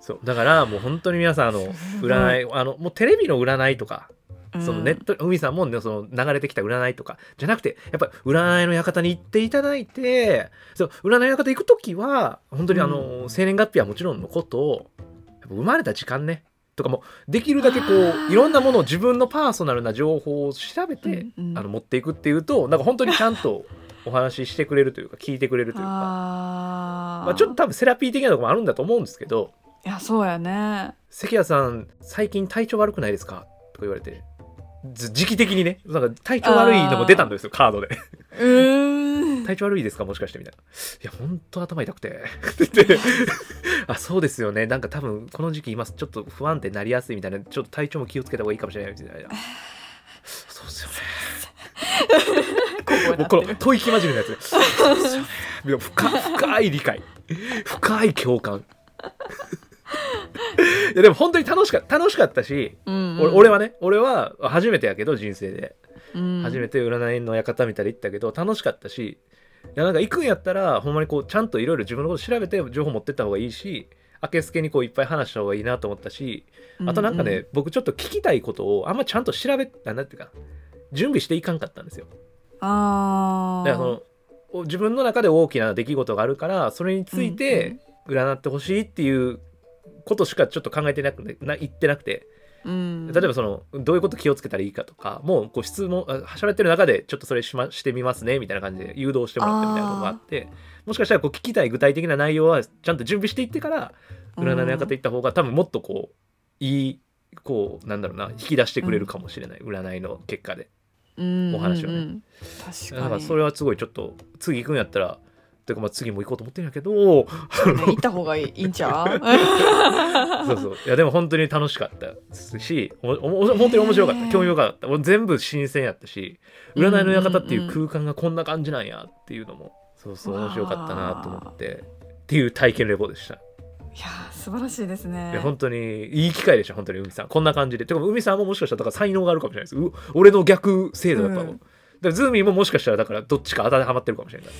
そうだからもう本当に皆さんあのすごい占いあのもうテレビの占いとかうんそのネット、海さんもね、その流れてきた占いとか、じゃなくて、やっぱり占いの館に行っていただいて、そう占いの館行くときは、本当にあの、生年月日はもちろんのこと、やっぱ生まれた時間ね、とかも、できるだけこあう、ーいろんなものを自分のパーソナルな情報を調べて、うんうんあの、持っていくっていうと、なんか本当にちゃんとお話ししてくれるというか、聞いてくれるというか、あーまあ、ちょっと多分セラピー的なとこもあるんだと思うんですけど、いやそうやね関谷さん最近体調悪くないですか?」とか言われてず時期的にねなんか体調悪いのも出たんですよカード でうーん「体調悪いですかもしかして」みたいな「いやほんと頭痛くて」って言って「あそうですよねなんか多分この時期今ちょっと不安定になりやすいみたいなちょっと体調も気をつけた方がいいかもしれない」みた いな「そうですよね」こもうここやのなってる吐息混じりのやつ ねそうですよねでも深深い理解深い共感いやでも本当に楽しかった楽しかったしうん俺俺はね俺は初めてやけど人生で初初めて占いの館みたいに行ったけど楽しかったしいやなんか行くんやったらほんまにこうちゃんといろいろ自分のこと調べて情報持ってった方がいいし明けすけにこういっぱい話した方がいいなと思ったしあとなんかね、僕ちょっと聞きたいことをあんまちゃんと調べたなんていうか準備していかんかったんですよあだあからそのお自分の中で大きな出来事があるからそれについて占ってほしいっていうことしかちょっと考えてなくてな言ってなくてうん例えばそのどういうこと気をつけたらいいかとかもうこう質問あ喋ってる中でちょっとそれし,、ま、してみますねみたいな感じで誘導してもらったみたいなことがあってもしかしたらこう聞きたい具体的な内容はちゃんと準備していってから占いの館行った方が多分もっとこういいこうなんだろうな引き出してくれるかもしれない、占いの結果でうんお話をねうんうん確かにだからそれはすごいちょっと次行くんやったらというかまあ次も行こうと思ってるんや けどあのね行った方がいいいいんち ゃうそうそういやでも本当に楽しかったですしおおお本当に面白かっへたー興味深かったもう全部新鮮やったし占いの館っていううんうん空間がこんな感じなんやっていうのもそうそうわあ面白かったなと思ってっていう体験レポでした、いやー素晴らしいですねいや本当にいい機会でした本当に海さんこんな感じでてか海さんももしかしたらだから才能があるかもしれないですう俺の逆制度だったの、うんだからズーミーももしかしたらだからどっちか当てはまってるかもしれない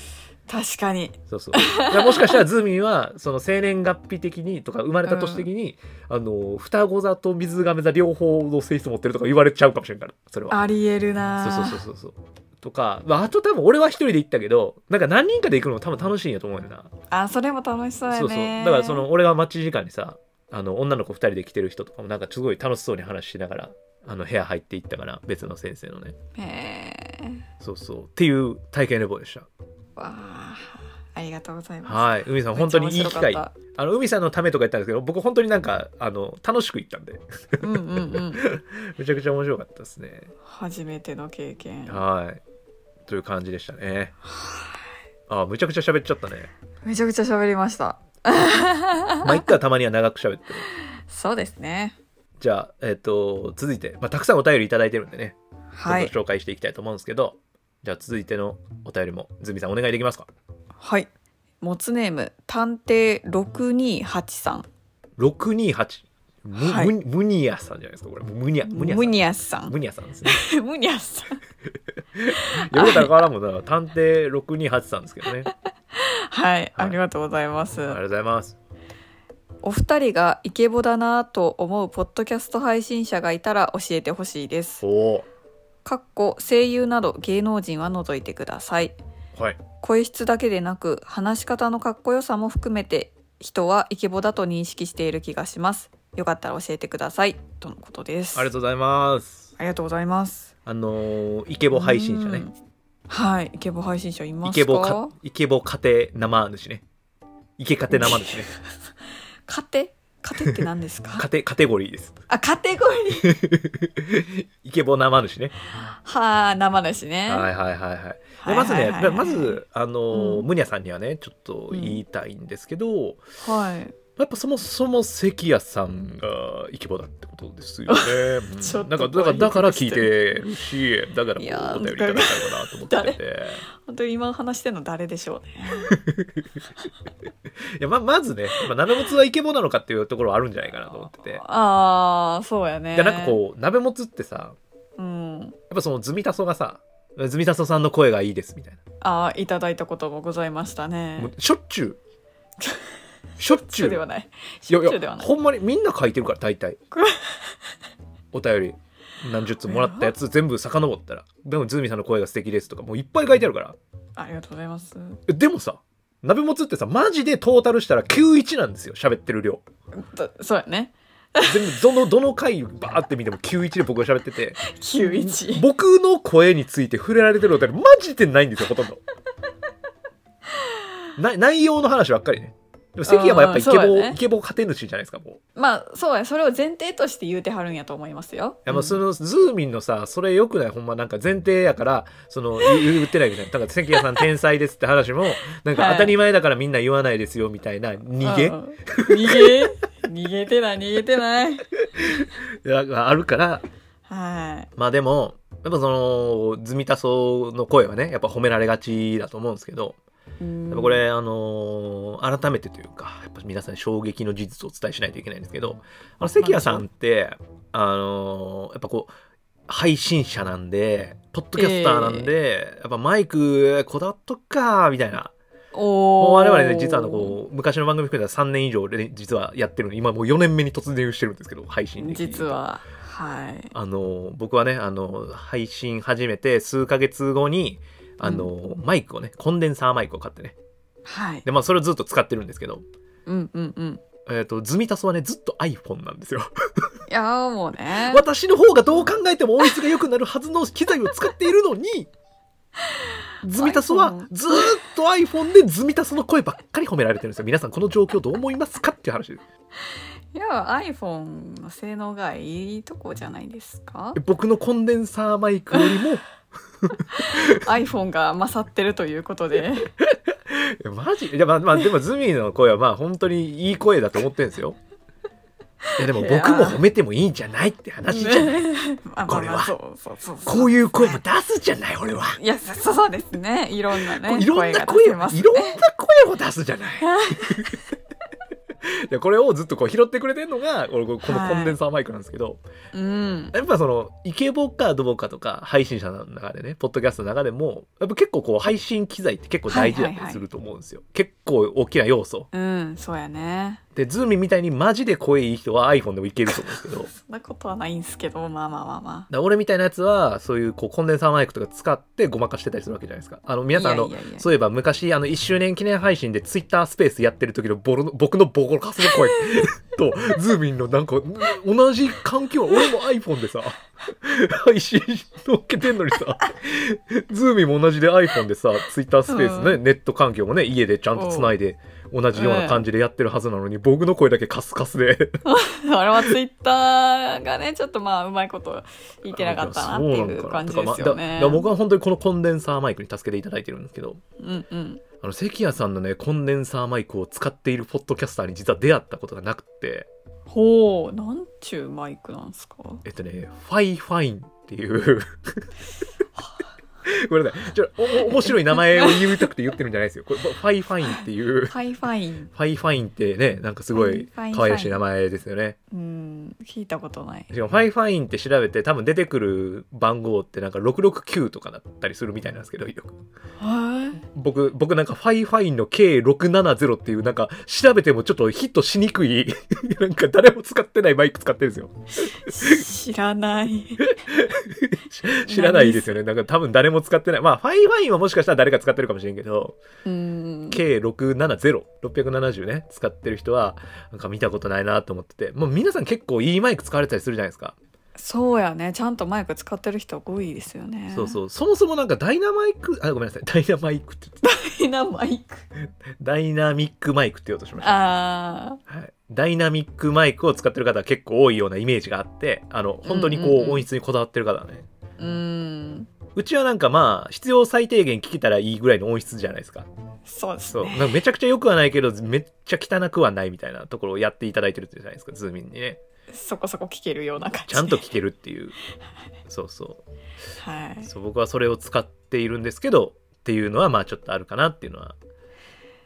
確かにそうそうだからもしかしたらズーミンはその生年月日的にとか生まれた年的に、あの双子座と水亀座両方の性質持ってるとか言われちゃうかもしれんからそれはありえるなそうーそうそうそうそうとか、まあ、あと多分俺は一人で行ったけどなんか何人かで行くのも多分楽しいんやと思うよなあそれも楽しそうやねそうそうだからその俺が待ち時間にさあの女の子二人で来てる人とかもなんかすごい楽しそうに話しながらあの部屋入っていったから別の先生のねへえそうそうっていう体験レポでしたわあありがとうございますはい海さん本当にいい機めっ会ちゃ面白かっあの海さんのためとか言ったんですけど僕本当になんかあの楽しく行ったんで たうんうんうんめちゃくちゃ面白かったですね初めての経験はいという感じでしたねあむちゃくちゃ喋っちゃったねめちゃくちゃ喋りましたまあ一回はたまには長く喋ってるそうですねじゃあえっ、と続いて、まあ、たくさんお便り頂いただいてるんでねどはんいどん紹介していきたいと思うんですけど、じゃあ続いてのお便りもズミさんお願いできますかはいモツネーム探偵628さん628むはいむムニアさんじゃないですかこれムニアムニアさムんニアスさんムニアさんです ねムニアスさん横田からもだから探偵628さんですけどねあはいありがとうございます、りがとうございますお二人がイケボだなぁと思うポッドキャスト配信者がいたら教えてほしいですおおかっこ声優など芸能人は除いてくださいーはい声質だけでなく話し方のかっこよさも含めて人はイケボだと認識している気がしますよかったら教えてくださいとのことですありがとうございますありがとうございますあのーイケボ配信者うねんはいイケボ配信者いまイすケボかかイケボ家庭生主ねイケ家庭生主ねカテカテって何ですか家庭カテゴリーです あカテゴリーイケボ生主ねはあ生だしねはいはいはいはいはでいはまいずはいねはいまずあのーうんムニアさんにはねちょっと言いたいんですけど、はいやっぱそもそも関谷さんがイケボだってことで すよね。うんちょっとなんかだからだから聞いてるし、だからこいやーうお便りいただいたのかなと思ってて。本当に今話してるの誰でしょうね。いやままずね、まあ、鍋もつはイケボなのかっていうところはあるんじゃないかなと思ってて。ああ、そうやね。でなんかこう鍋もつってさ、う。うん。やっぱそのズミタソがさ、ズミタソさんの声がいいですみたいああ、いただいたこともございましたな。もねう。しょっちゅう。しょっちゅ中う。ではない。いしょやっちゅいうやではない。ほんまにみんな書いてるから大体お便り何十通もらったやつ全部遡ったらでもズミさんの声が素敵ですとかもういっぱい書いてあるからありがとうございます。えでもさ鍋もつってさマジでトータルしたら91なんですよ喋ってる量だそうやね。全部どのどの回バーって見ても91で僕が喋ってて九一。僕の声について触れられてるお便りマジでないんですよ ほとんどな内容の話ばっかりねでも関谷もやっぱイケうボ、んそうだねイケボ勝て主じゃないですかもうまあ、そうや。それを前提として言うてはるんやと思いますよ。いやまあそうんのズーミンのさそれよくないほんまなんか前提やからその言言ってないみたいなだから関谷さん天才ですって話もなはんかい当たり前だからみんな言わないですよみたいな逃げ、うんうん逃げ逃げてない、逃げてない。ががあるからはい。まあでもやっぱそのズミタソの声はねやっぱ褒められがちだと思うんですけどやっぱこれあのー改めてというかやっぱ皆さんに衝撃の事実をお伝えしないといけないんですけどあの関谷さんってあのーやっぱこう配信者なんでポッドキャスターなんで、やっぱマイクこだわっとくかみたいなおーもう我々ね実はあのこう昔の番組含めたら3年以上で実はやってるのに今もう4年目に突入してるんですけど配信的に実は。はい。あの僕はねあの配信始めて数ヶ月後にあの、マイクをねコンデンサーマイクを買ってねはい。でまあそれをずっと使ってるんですけどうんうんうん。えっとズミタソはねずっと iPhone なんですよいやーもうね。私の方がどう考えても音質が良くなるはずの機材を使っているのにズミタソはずーっと iPhone でズミタソの声ばっかり褒められてるんですよ皆さんこの状況どう思いますかっていう話ですいや iPhone の性能がいいとこじゃないですか僕のコンデンサーマイクよりも iPhone が勝ってるということでえマジいやまあまあでもズミの声はまあ本当にいい声だと思ってるんですよいやでもいや僕も褒めてもいいんじゃないって話じゃない あこれはそうそうそうそうこういう声も出すじゃない俺は。いやそそうそうですねいろんなねいろん声なが出声せを、ますいねろんな声を出す じゃない。でこれをずっとこう拾ってくれてるのがこのこのはいコンデンサーマイクなんですけど、うんやっぱそのイケボかどうかとか配信者の中でねポッドキャストの中でもやっぱ結構こう配信機材って結構大事だったりすると思うんですよ、結構大きな要素うんそうやねでズーミンみたいにマジで声いい人は iPhone でもいけると思うんです けどだかそんなことはないんすけどまあまあまあまら俺みたいなやつはそういうこうコンデンサーマイクとか使ってごまかしてたりするわけじゃないですかあの皆さんあのいやいやいやそういえば昔あの1周年記念配信でツイッタースペースやってる時のボロの僕のボコカスの 声とズーミンのなんか同じ環境俺も iPhone でさ配信乗っけてんのにさズーミンも同じで iPhone でさツイッタースペースね、うんネット環境もね家でちゃんとつないで同じような感じでやってるはずなのに、僕の声だけカスカスで。ああれはツイッターがねちょっとまあうまいこと言ってなかったなっていう感じですよねだから僕は本当にこのコンデンサーマイクに助けていただいてるんですけど、うんうんあの、関谷さんのね、コンデンサーマイクを使っているポッドキャスターに実は出会ったことがなくて、ほうなんちゅうマイクなんすかえっとね、ファイファインっていう。 ごめんなさい。ちょっと、お、お面白い名前を言いたくて言ってるんじゃないですよ。これ、ファイファインっていう、フハイファインァイファインってね、なんかすごいファイファイン可愛らしい名前ですよね。うんうん聞いたことないしかもファイファインって調べて多分出てくる番号ってなんか669とかだったりするみたいなんですけどよくはい僕僕なんかファイファインの K670 っていうなんか調べてもちょっとヒットしにくい なんか誰も使ってないマイク使ってるんです知よらない知らないですよねなんか多分誰も使ってないまあファイファインはもしかしたら誰か使ってるかもしれんけどうん K670670 ね使ってる人はなんか見たことないなと思っててもう皆さん結構いいマイク使われたりするじゃないですかそうやねちゃんとマイク使ってる人多いですよねそうそうそもそもなんかダイナマイクあごめんなさいダイナマイクって言ってうなマイクダイナミックマイクって言おうとしました、あはい、ダイナミックマイクを使ってる方は結構多いようなイメージがあってあの本当にこう,、うんうんうん音質にこだわってる方はねーうんうちはなんかまあ必要最低限聞けたらいいぐらいの音質じゃないですかそうですそうなんねかめちゃくちゃ良くはないけどめっちゃ汚くはないみたいなところをやっていただいてるってじゃないですかズーミンにねそこそこ聞けるような感じちゃんと聞けるっていうそうそうはいそう僕はそれを使っているんですけどっていうのはまあちょっとあるかなっていうのは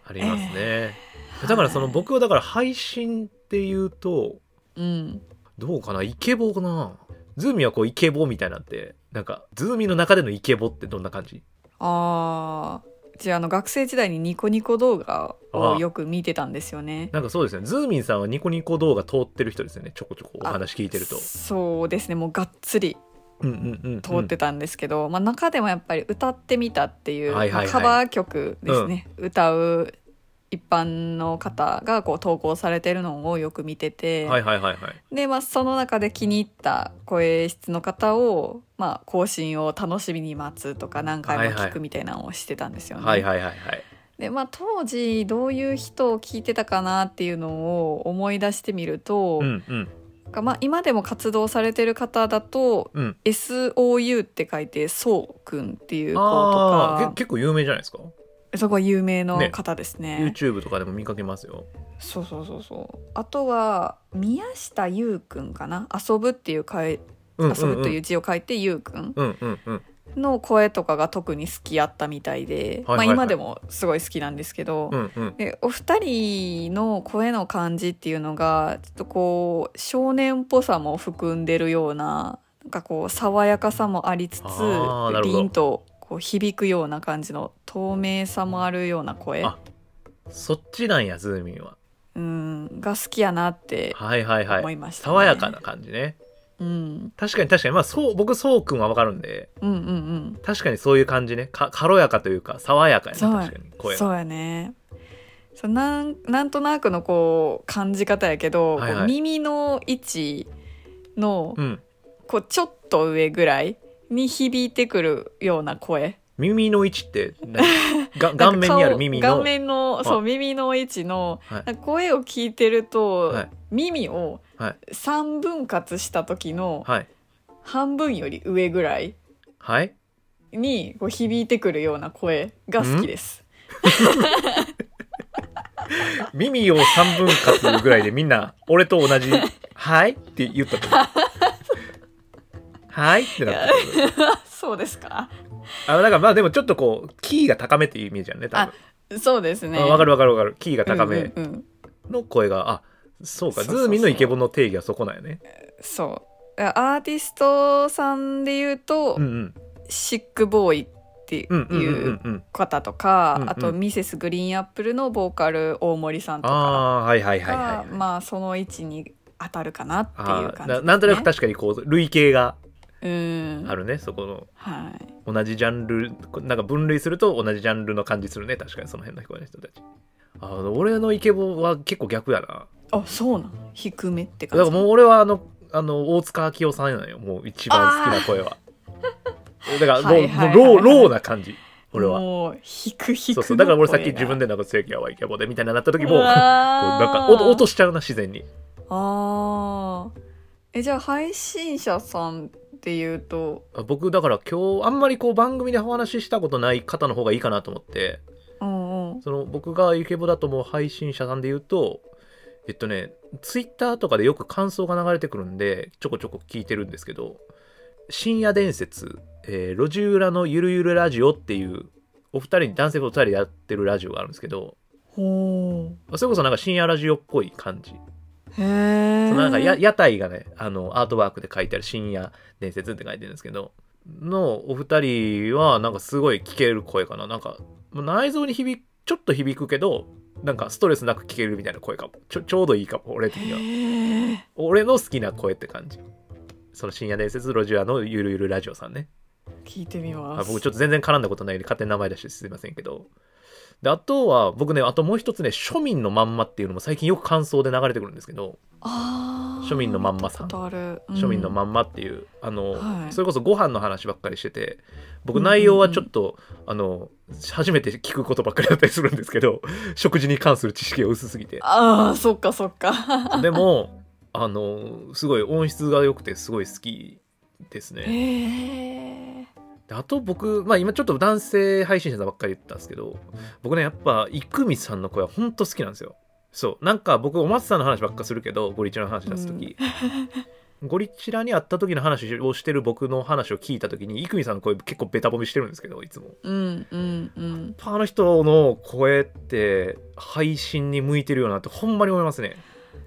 ありますね、だからその僕はだから配信っていうとうんどうかなイケボかなズーミはこうイケボみたいなんてなんかズーミの中でのイケボってどんな感じああじゃああの学生時代にニコニコ動画あをーよく見てたんですよねなんかそうですねズーミンさんはニコニコ動画通ってる人ですよねちょこちょこおあ話聞いてるとそうですねもうがっつりうんうんうんうん通ってたんですけど、まあ、中でもやっぱり歌ってみたっていう、はいはいはいまあカバー曲ですね、歌う一般の方がこう投稿されてるのをよく見てて、はいはいはいはいで、まあ、その中で気に入った声質の方を、まあ、更新を楽しみに待つとか何回もはい聞はいくみたいなのをしてたんですよね。はいはいはいはいで、まあ、当時どういう人を聞いてたかなっていうのを思い出してみると、うんうんまあ、今でも活動されてる方だとうん SOU って書いてそうくんっていう子とああか結構有名じゃないですかそこは有名の方ですね YouTube とかでも見かけますよそうそうそうそうあとは宮下優くんかな遊ぶっていうかえうんうん遊ぶとういうん字を書いて優くんうんうんうんの声とかが特に好きやったみたいで、はいはいはいまあ、今でもすごい好きなんですけど、うんうんでお二人の声の感じっていうのがちょっとこう少年っぽさも含んでるようななんかこう爽やかさもありつつあーなるほど凛とこう響くような感じの透明さもあるような声あそっちなんやズーミンはうんが好きやなってはいはい思はいいました、ね爽やかな、感じねうん、確かに確かにまあそう僕そうくんはわかるんでうんうんうん確かにそういう感じねか軽やかというか爽やかやねそう確かに声はそうやねそうなんなんとなくのこう感じ方やけど、はいはいこう耳の位置のうんこうちょっと上ぐらいに響いてくるような声耳の位置って何 が顔面にある耳なんか顔顔の面のそはうい耳の位置の、はいなんか声を聞いてると、はい耳をはい3分割した時のはい半分より上ぐらいはいにこう響いてくるような声が好きです。耳を3分割ぐらいでみんな俺と同じ 「はい」って言ったと思うはいってなったと 思う そうですかあなんかまあでもちょっとこうキーが高めっていうイメージだね多分そうですね。あわ、かるわかるわかるキーが高め、うんうんうんの声があそうかそうそうそうズーミンのイケボンの定義はそこなんやねそうアーティストさんで言うと、うんうんシックボーイっていううんうんうんうんうん方とか、うんうんあとミセスグリーンアップルのボーカル大森さんとかああーはいはいが、はいはいはいまあその位置に当たるかなっていうあ感じーです、ねな、なんとなく確かにこう類型がうんあるね、そこのはい同じジャンルなんか分類すると同じジャンルの感じするね確かにその辺の人の人たちあの俺のイケボは結構逆やなあそうなん低めってだ感かじらもう俺はあのあの大塚明夫さんなんよもう一番好きな声は だからはロいはいはいはいーローローな感じ俺はもう低低そうそうだから俺さっき自分でなんか正規はイケボでみたいななった時もこうなんか音音音しちゃうな自然にあーえじゃあ配信者さんっていうとあ僕だから今日あんまりこう番組でお話ししたことない方の方がいいかなと思ってうんうんその僕がイケボだと思う配信者さんで言うとえっとねツイッターとかでよく感想が流れてくるんでちょこちょこ聞いてるんですけど「深夜伝説、えー路地裏のゆるゆるラジオ」っていうお二人に男性お二人でやってるラジオがあるんですけどほうまあそれこそなんか深夜ラジオっぽい感じへえそのなんかや屋台がねあのアートワークで書いてある「深夜伝説」って書いてるんですけどのお二人はなんかすごい聞ける声かななんかもう内臓に響くちょっと響くけどなんかストレスなく聞けるみたいな声かもちょちょうどいいかも俺的にはへえ俺の好きな声って感じその「深夜伝説ロジア」のゆるゆるラジオさんね聞いてみあます僕ちょっと全然絡んだことないんで勝手に名前出してすいませんけどであとは僕ねあともう一つね庶民のまんまっていうのも最近よく感想で流れてくるんですけどあー庶民のまんまさん見たことあるうん庶民のまんまっていう、あの、はいそれこそご飯の話ばっかりしててう僕んうんうん内容はちょっと、あの初めて聞くことばっかりだったりするんですけど 食事に関する知識が薄すぎてああそっかそっかでもあのすごい音質が良くてすごい好きですへねえであと僕、まあ、今ちょっと男性配信者さんばっかり言ったんですけど僕ねやっぱ生見さんの声は本当好きなんですよそうなんか僕お松さんの話ばっかするけどゴリチラの話出す 時、ゴリチラに会った時の話をしてる僕の話を聞いた時に生見さんの声結構ベタ褒めしてるんですけどいつもやっうんうんうんぱあの人の声って配信に向いてるよなってほんまに思いますね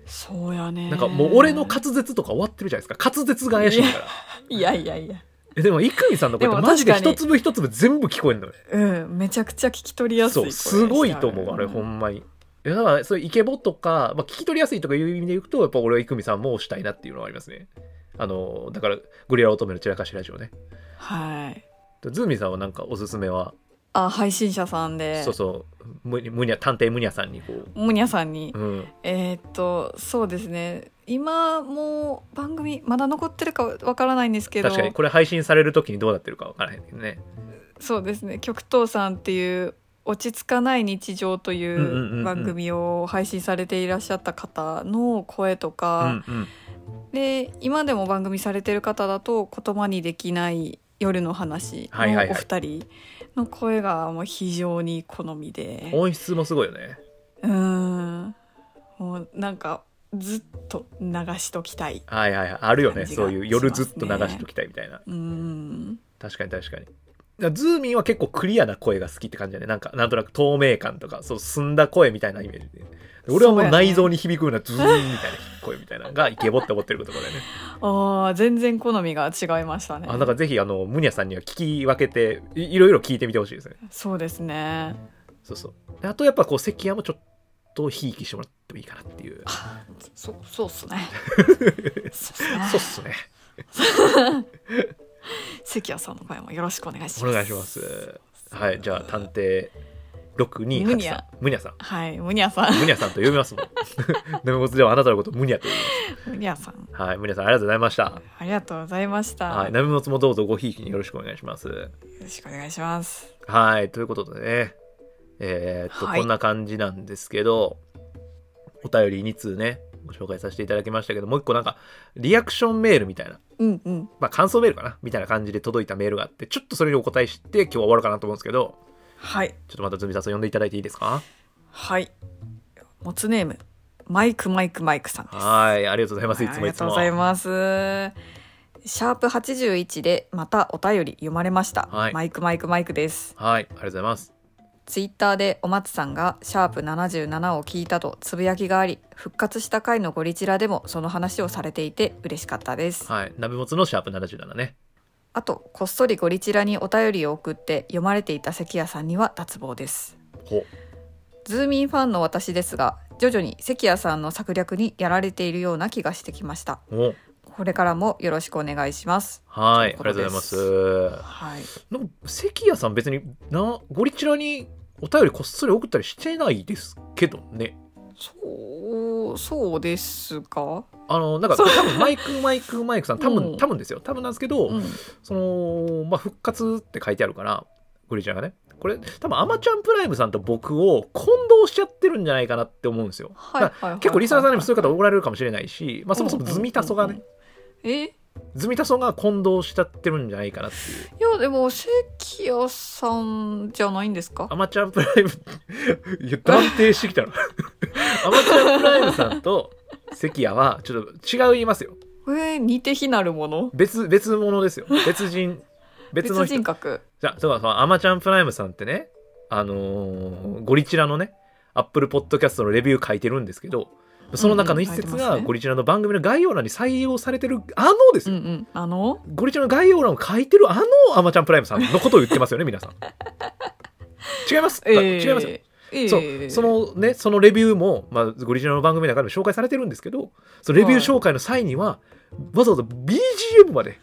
そうやねなんかもう俺の滑舌とか終わってるじゃないですか滑舌が怪しいからいやいやいやえでも生見さんの声ってマジででも確かに一粒一粒全部聞こえるのようんめちゃくちゃ聞き取りやすいそうすごいと思うあれほまんまにいやだからそういうイケボとか、まあ、聞き取りやすいとかいう意味でいくとやっぱ俺は生見さんも推したいなっていうのはありますねあのだからグリラ乙女の散らかしラジオねはいズーミンさんはなんかおすすめは、あ配信者さんでそうそうむむにゃ探偵むにゃさんにこう、むにゃさんに、うん、えーっとそうですね今もう番組まだ残ってるかわからないんですけど確かにこれ配信される時にどうなってるかわからへんけどねそうですね極東さんっていう落ち着かない日常といんうんうんううん番組を配信されていらっしゃった方の声とうんうか、んで今でも番組されてる方だと言葉にできない夜の話はいはいのはいお二人の声がもう非常に好みで、音質もすごいよねうーんもうなんかずっと流しときたいはいはいはいあるよね感じがそういうし夜ますずっねと流しときたいみたいなうーん確かに確かにだからズーミンは結構クリアな声が好きって感じだねなんかなんとなく透明感とかそう澄んだ声みたいなイメージで俺はもう内臓に響くようなズーンみたいな声みたいなのがイケボって思ってることころだよねあー全然好みが違いましたねあなんかぜひあのムニャさんには聞き分けていいろいろ聞いてみてほしいですねそうですねそうそうであとやっぱこう関谷もちょっとひいきしてもらってもいいかなっていうそそうっす ねそうっすねそうっすね関谷さんの声もよろしくお願いしますお願いしますはいじゃあ探偵628ムニャさんムニャさんはいむにゃさん ムニャさんと呼びますもん でもではあなたのことをムニャと呼びますむにゃさんはい、皆さんありがとうございました。ありがとうございました、はい、よ波もつもどうぞごひいきによろしくお願いします。ろしくお願いしますはい、ということでね、えーっと、はいこんな感じなんですけど、お便り2通ね、ご紹介させていただきましたけど、もう一個なんか、リアクションメールみたいな、うんうんまあ、感想メールかなみたいな感じで届いたメールがあって、ちょっとそれにお答えして、今日は終わろうかなと思うんですけど、はいちょっとまたズミさん呼んでいただいていいですかはいモツネームマイクマイクマイクさんですはい、ありがとうございます。いあつりもいがつとうも。ございます。シャープ81でまたお便り読まれました。はいマイクマイクマイクです。はい、ありがとうございます。ツイッターでお松さんがシャープ77を聞いたとつぶやきがあり、復活した回のゴリチラでもその話をされていて嬉しかったです。はい、ナビモツのシャープ77ね。あと、こっそりゴリチラにお便りを送って読まれていた関谷さんには脱帽です。ほズーミンファンの私ですが、徐々に関谷さんの策略にやられているような気がしてきました。ほこれからもよろしくお願いします。はい、ありとがいとううことござでいますす。はい。なんか関谷さん別になゴリチラにお便りこっそり送ったりしてないですけどねそう、そうですか。あのなんか多そう分マイク マイクマイクさん多う分ん多分ですよ多分なんですけど、うん、そのまあ復活って書いてあるからゴリチラがねこれ多分アマちゃんプライムさんと僕を混同しちゃってるんじゃないかなって思うんですよ、はい、だはかいはいら結構リスナーさんにもそういう方はおられるかもしれないし、まあ、そもそもズミタソがね、うんうんうんうんえ、いズミタソが混同しちゃってるんじゃないかなっていうや、でも、関谷さんじゃないんですかア。マチュアプライム いや断定してき たのアマチュアプライムさんと関谷はちょっと違う言いますよえー、似て非なるもの。別別物ですよ別人別別の人人格。じゃあそうかそうかアマチュアプライムさんってねあのーゴリチラのねアップルポッドキャストのレビュー書いてるんですけどその中の一うんう節ん書いてますがねゴリチラの番組の概要欄に採用されてるあのですうんよ、うんあのゴリチラの概要欄を書いてるあのアマちゃんプライムさんのことを言ってますよね皆さん違 います、違いますよええそうそのねそのレビューも、まあ、ゴリジナの番組の中でも紹介されてるんですけどそのレビュー紹介の際にはわざわざ BGM まで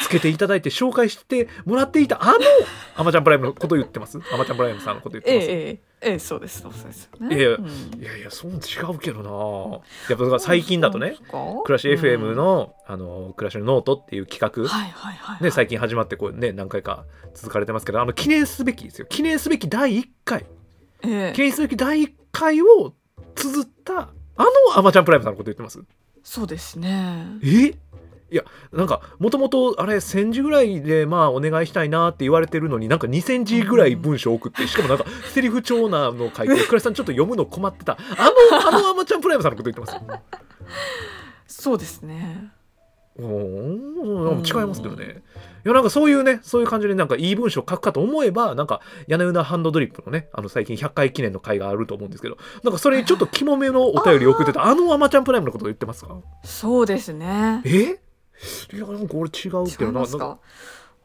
つけていただいて紹介してもらっていたあの「アマちゃんプライム」のこと言ってますアマちゃんプライムさんのこと言っえてえます、ええええそうですそうですよねいやいやうんいやいやそう違うけどなやっぱだから最近だとねそうそうか「暮らし FM うんの」あの「暮らしのノート」っていう企画はいはいはいはいね、最近始まってこう、ね、何回か続かれてますけどあの記念すべきですよ記念すべき第1回ええケイスの第1回を綴ったあのアマちゃんプライムさんのこと言ってますそうですねえいやなんかもともとあれ1000字ぐらいでまあお願いしたいなって言われてるのになんか2000字ぐらい文章送ってしかもなんかセリフ調なの書い て倉石さんちょっと読むの困ってたあのあのアマちゃんプライムさんのこと言ってますそうですねおー違いますけどねいやなんかそういうねそういう感じでなんかいい文章書くかと思えばなんか屋根裏ハンドドリップのねあの最近100回記念の回があると思うんですけどなんかそれちょっとキモめのお便り送ってたあのアマちゃんプライムのこと言ってますかそうですねえいやなんか俺違う違けいどなますなか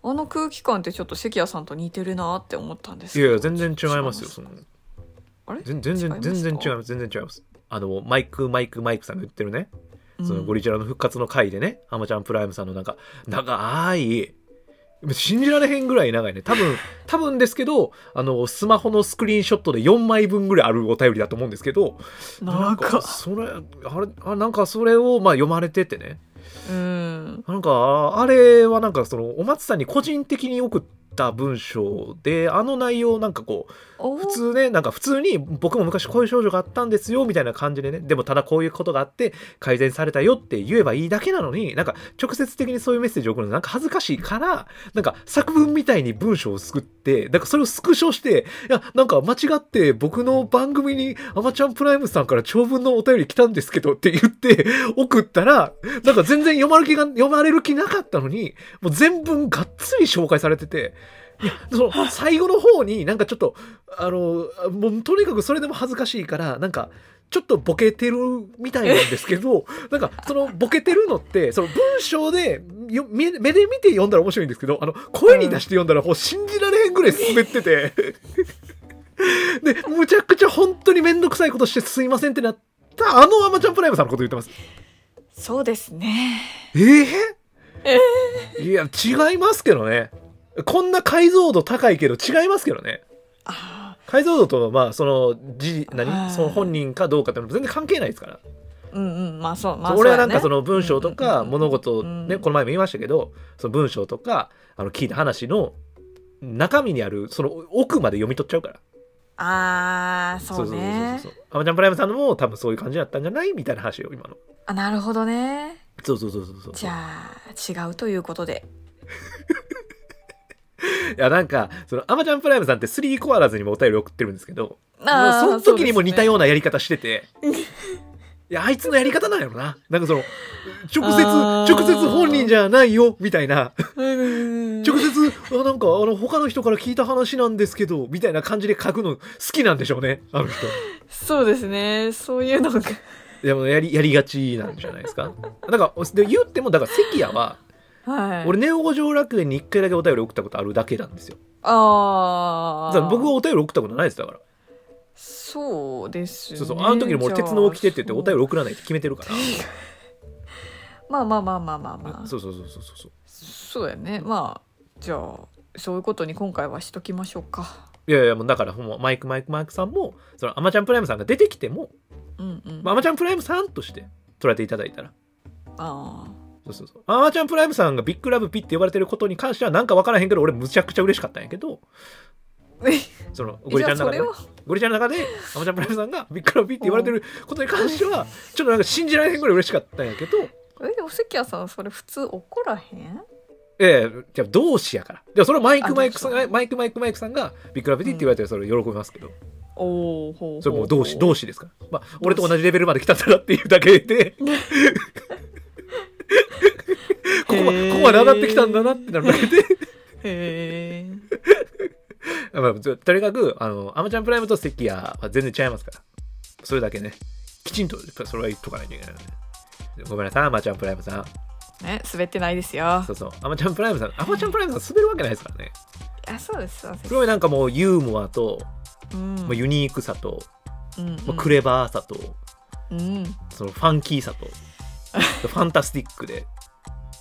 あの空気感ってちょっと関谷さんと似てるなって思ったんですけいどやいや全然違いますよそのあれ全全然違いますか全然違います全然違いますあのマイクマイクマイクさんが言ってるねそのゴリチラの復活の回でね、アマちゃんプライムさんのなんか長い信じられへんぐらい長いね多分多分ですけどあのスマホのスクリーンショットで4枚分ぐらいあるお便りだと思うんですけどうんなんかそれあれあなんかそれをまあ読まれててねうんなんかあれはなんかそのお松さんに個人的に送った文章であの内容なんかこうお普通ねなんか普通に僕も昔こういう症状があったんですよみたいな感じでねでもただこういうことがあって改善されたよって言えばいいだけなのになんか直接的にそういうメッセージを送るのなんか恥ずかしいからなんか作文みたいに文章を作ってなんかそれをスクショしていやなんか間違って僕の番組にアマちゃんプライムさんから長文のお便り来たんですけどって言って送ったらなんか全然読まれる気が読まれる気なかったのにもう全文がっつり紹介されてて。いやその最後の方になんかちょっとあのもうとにかくそれでも恥ずかしいからなんかちょっとボケてるみたいなんですけど なんかそのボケてるのってその文章でよ目目で見て読んだら面白いんですけどあの声に出して読んだらもう信じられへんぐらい滑っててでむちゃくちゃ本当に面倒くさいことしてすいませんってなったあのアマちゃんプライムさんのこと言ってますそうですねえええいや違いますけどねこんな解像度高いけど違いますけどねあ解像度とのまあそのじは何いその本人かどうかっていうのも全然関係ないですから、ーうんうんまあそうまあ俺はなんうやかねその文章とかうん物事をね、うんこの前も言いましたけどその文章とかあの聞いた話の中身にあるその奥まで読み取っちゃうからああそうねそうそうそうそうアマちゃんプライムさんのも多分そういう感じだったんじゃないみたいな話よ今のあなるほどねそうそうそうそうそうじゃあ違うということでいやなんかそのアマちゃんプライムさんって3コアラーズにもお便り送ってるんですけどあーもうその時にも似たよううなやり方してて、いやあいつのやり方なんやろななんかその直接あー直接本人じゃないよみたいなですね直接あなんかあの他の人から聞いた話なんですけどみたいな感じで書くの好きなんでしょうねあの人そうですねそういうのがでもやりやりがちなんじゃないですかなんかで言ってもだから関谷ははい俺ネオ五条楽園に1回だけお便り送ったことあるだけなんですよあだあから僕はお便り送ったことないですだからそうですねそうそうあの時にもう鉄の起きてって言ってお便りり送らないって決めてるからまあまあまあまあまあまあそうそうそうそうそうそうそうやねまあじゃあそういうことに今回はしときましょうかいやいやもうだからほんまマイクマイクマイクさんもそのアマちゃんプライムさんが出てきても、うんうん、まあ、アマちゃんプライムさんとして捉えていただいたらあそうそうそうアマちゃんプライムさんがビッグラブピって呼ばれてることに関してはなんか分からへんけど俺むちゃくちゃ嬉しかったんやけどー えそのゴじリちゃゃあそんの中でれねはゴリちゃんの中でアマちゃんプライムさんがビッグラブピって言われてることに関して はちょっとなんか信じられへんぐらい嬉しかったんやけどえでも関谷さんそれ普通怒らへんええじゃあ同志やからでもそれをマイクマイクさんあ同がマイクマイクマイクさんがビッグラブピって言われてるそれ喜びますけど、おおほうそれもう同志う同志ですから、まあ、俺と同じレベルまで来たんだなっていうだ けでここまへでーここまで上がってきたんだなってなるだけ でへえまあととにかくあのアマちゃんプライムと関谷は全然違いますからそれだけねきちんとそれは言っとかないといけないよねごめんなさい、アマちゃんプライムさん。 ね滑ってないですよそうそう、アマちゃんプライムさん。アマちゃんプライムさん滑るわけないですからね。あそうですそうですすごいなんかもうユーモアと、うんまあ、ユニークさと、うんうんまあ、クレバーさと、うんそのファンキーさと、 ファンタスティックで、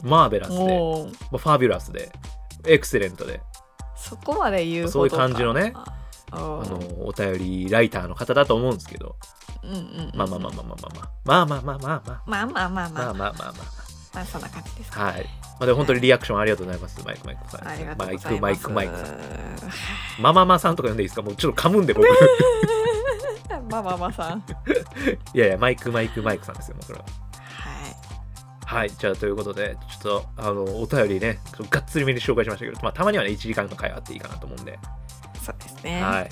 マーベラスで、もうまあ、ファビュラスで、エクセレントで、そこまで言うそういほうどか感じのねああののお便りライターの方だと思うんですけど、うんうんまあまあまあまあまあまあまあまあまあまあまあまあままあまあまあまああまあまあままあそんな感じですあはいまあでも本当にリアクションありがとうございますマイクマイクさんありがとうマごイざいクまマイすクマイクさんマママさんとか呼んでいいですかもうちょっと噛むんで僕 まあまあまあさんはいやいやマイクマイクマイクさんですよもうこれはいはいじゃあということでちょっとあのお便りねちょっとがっつりめに紹介しましたけど、まあ、たまにはね1時間の会話あっていいかなと思うんで、そうですねはい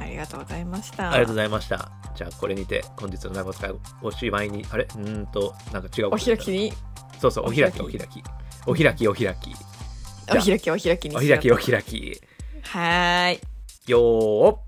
ありがとうございましたありがとうございましたじゃあこれにて本日の長使いおしまいにあれうーんとなんか違うお開きにそうそう、おお開開き、きお開き。お開き、お開き。お開きお開きにおしよう開き、お開き。はーいよーっ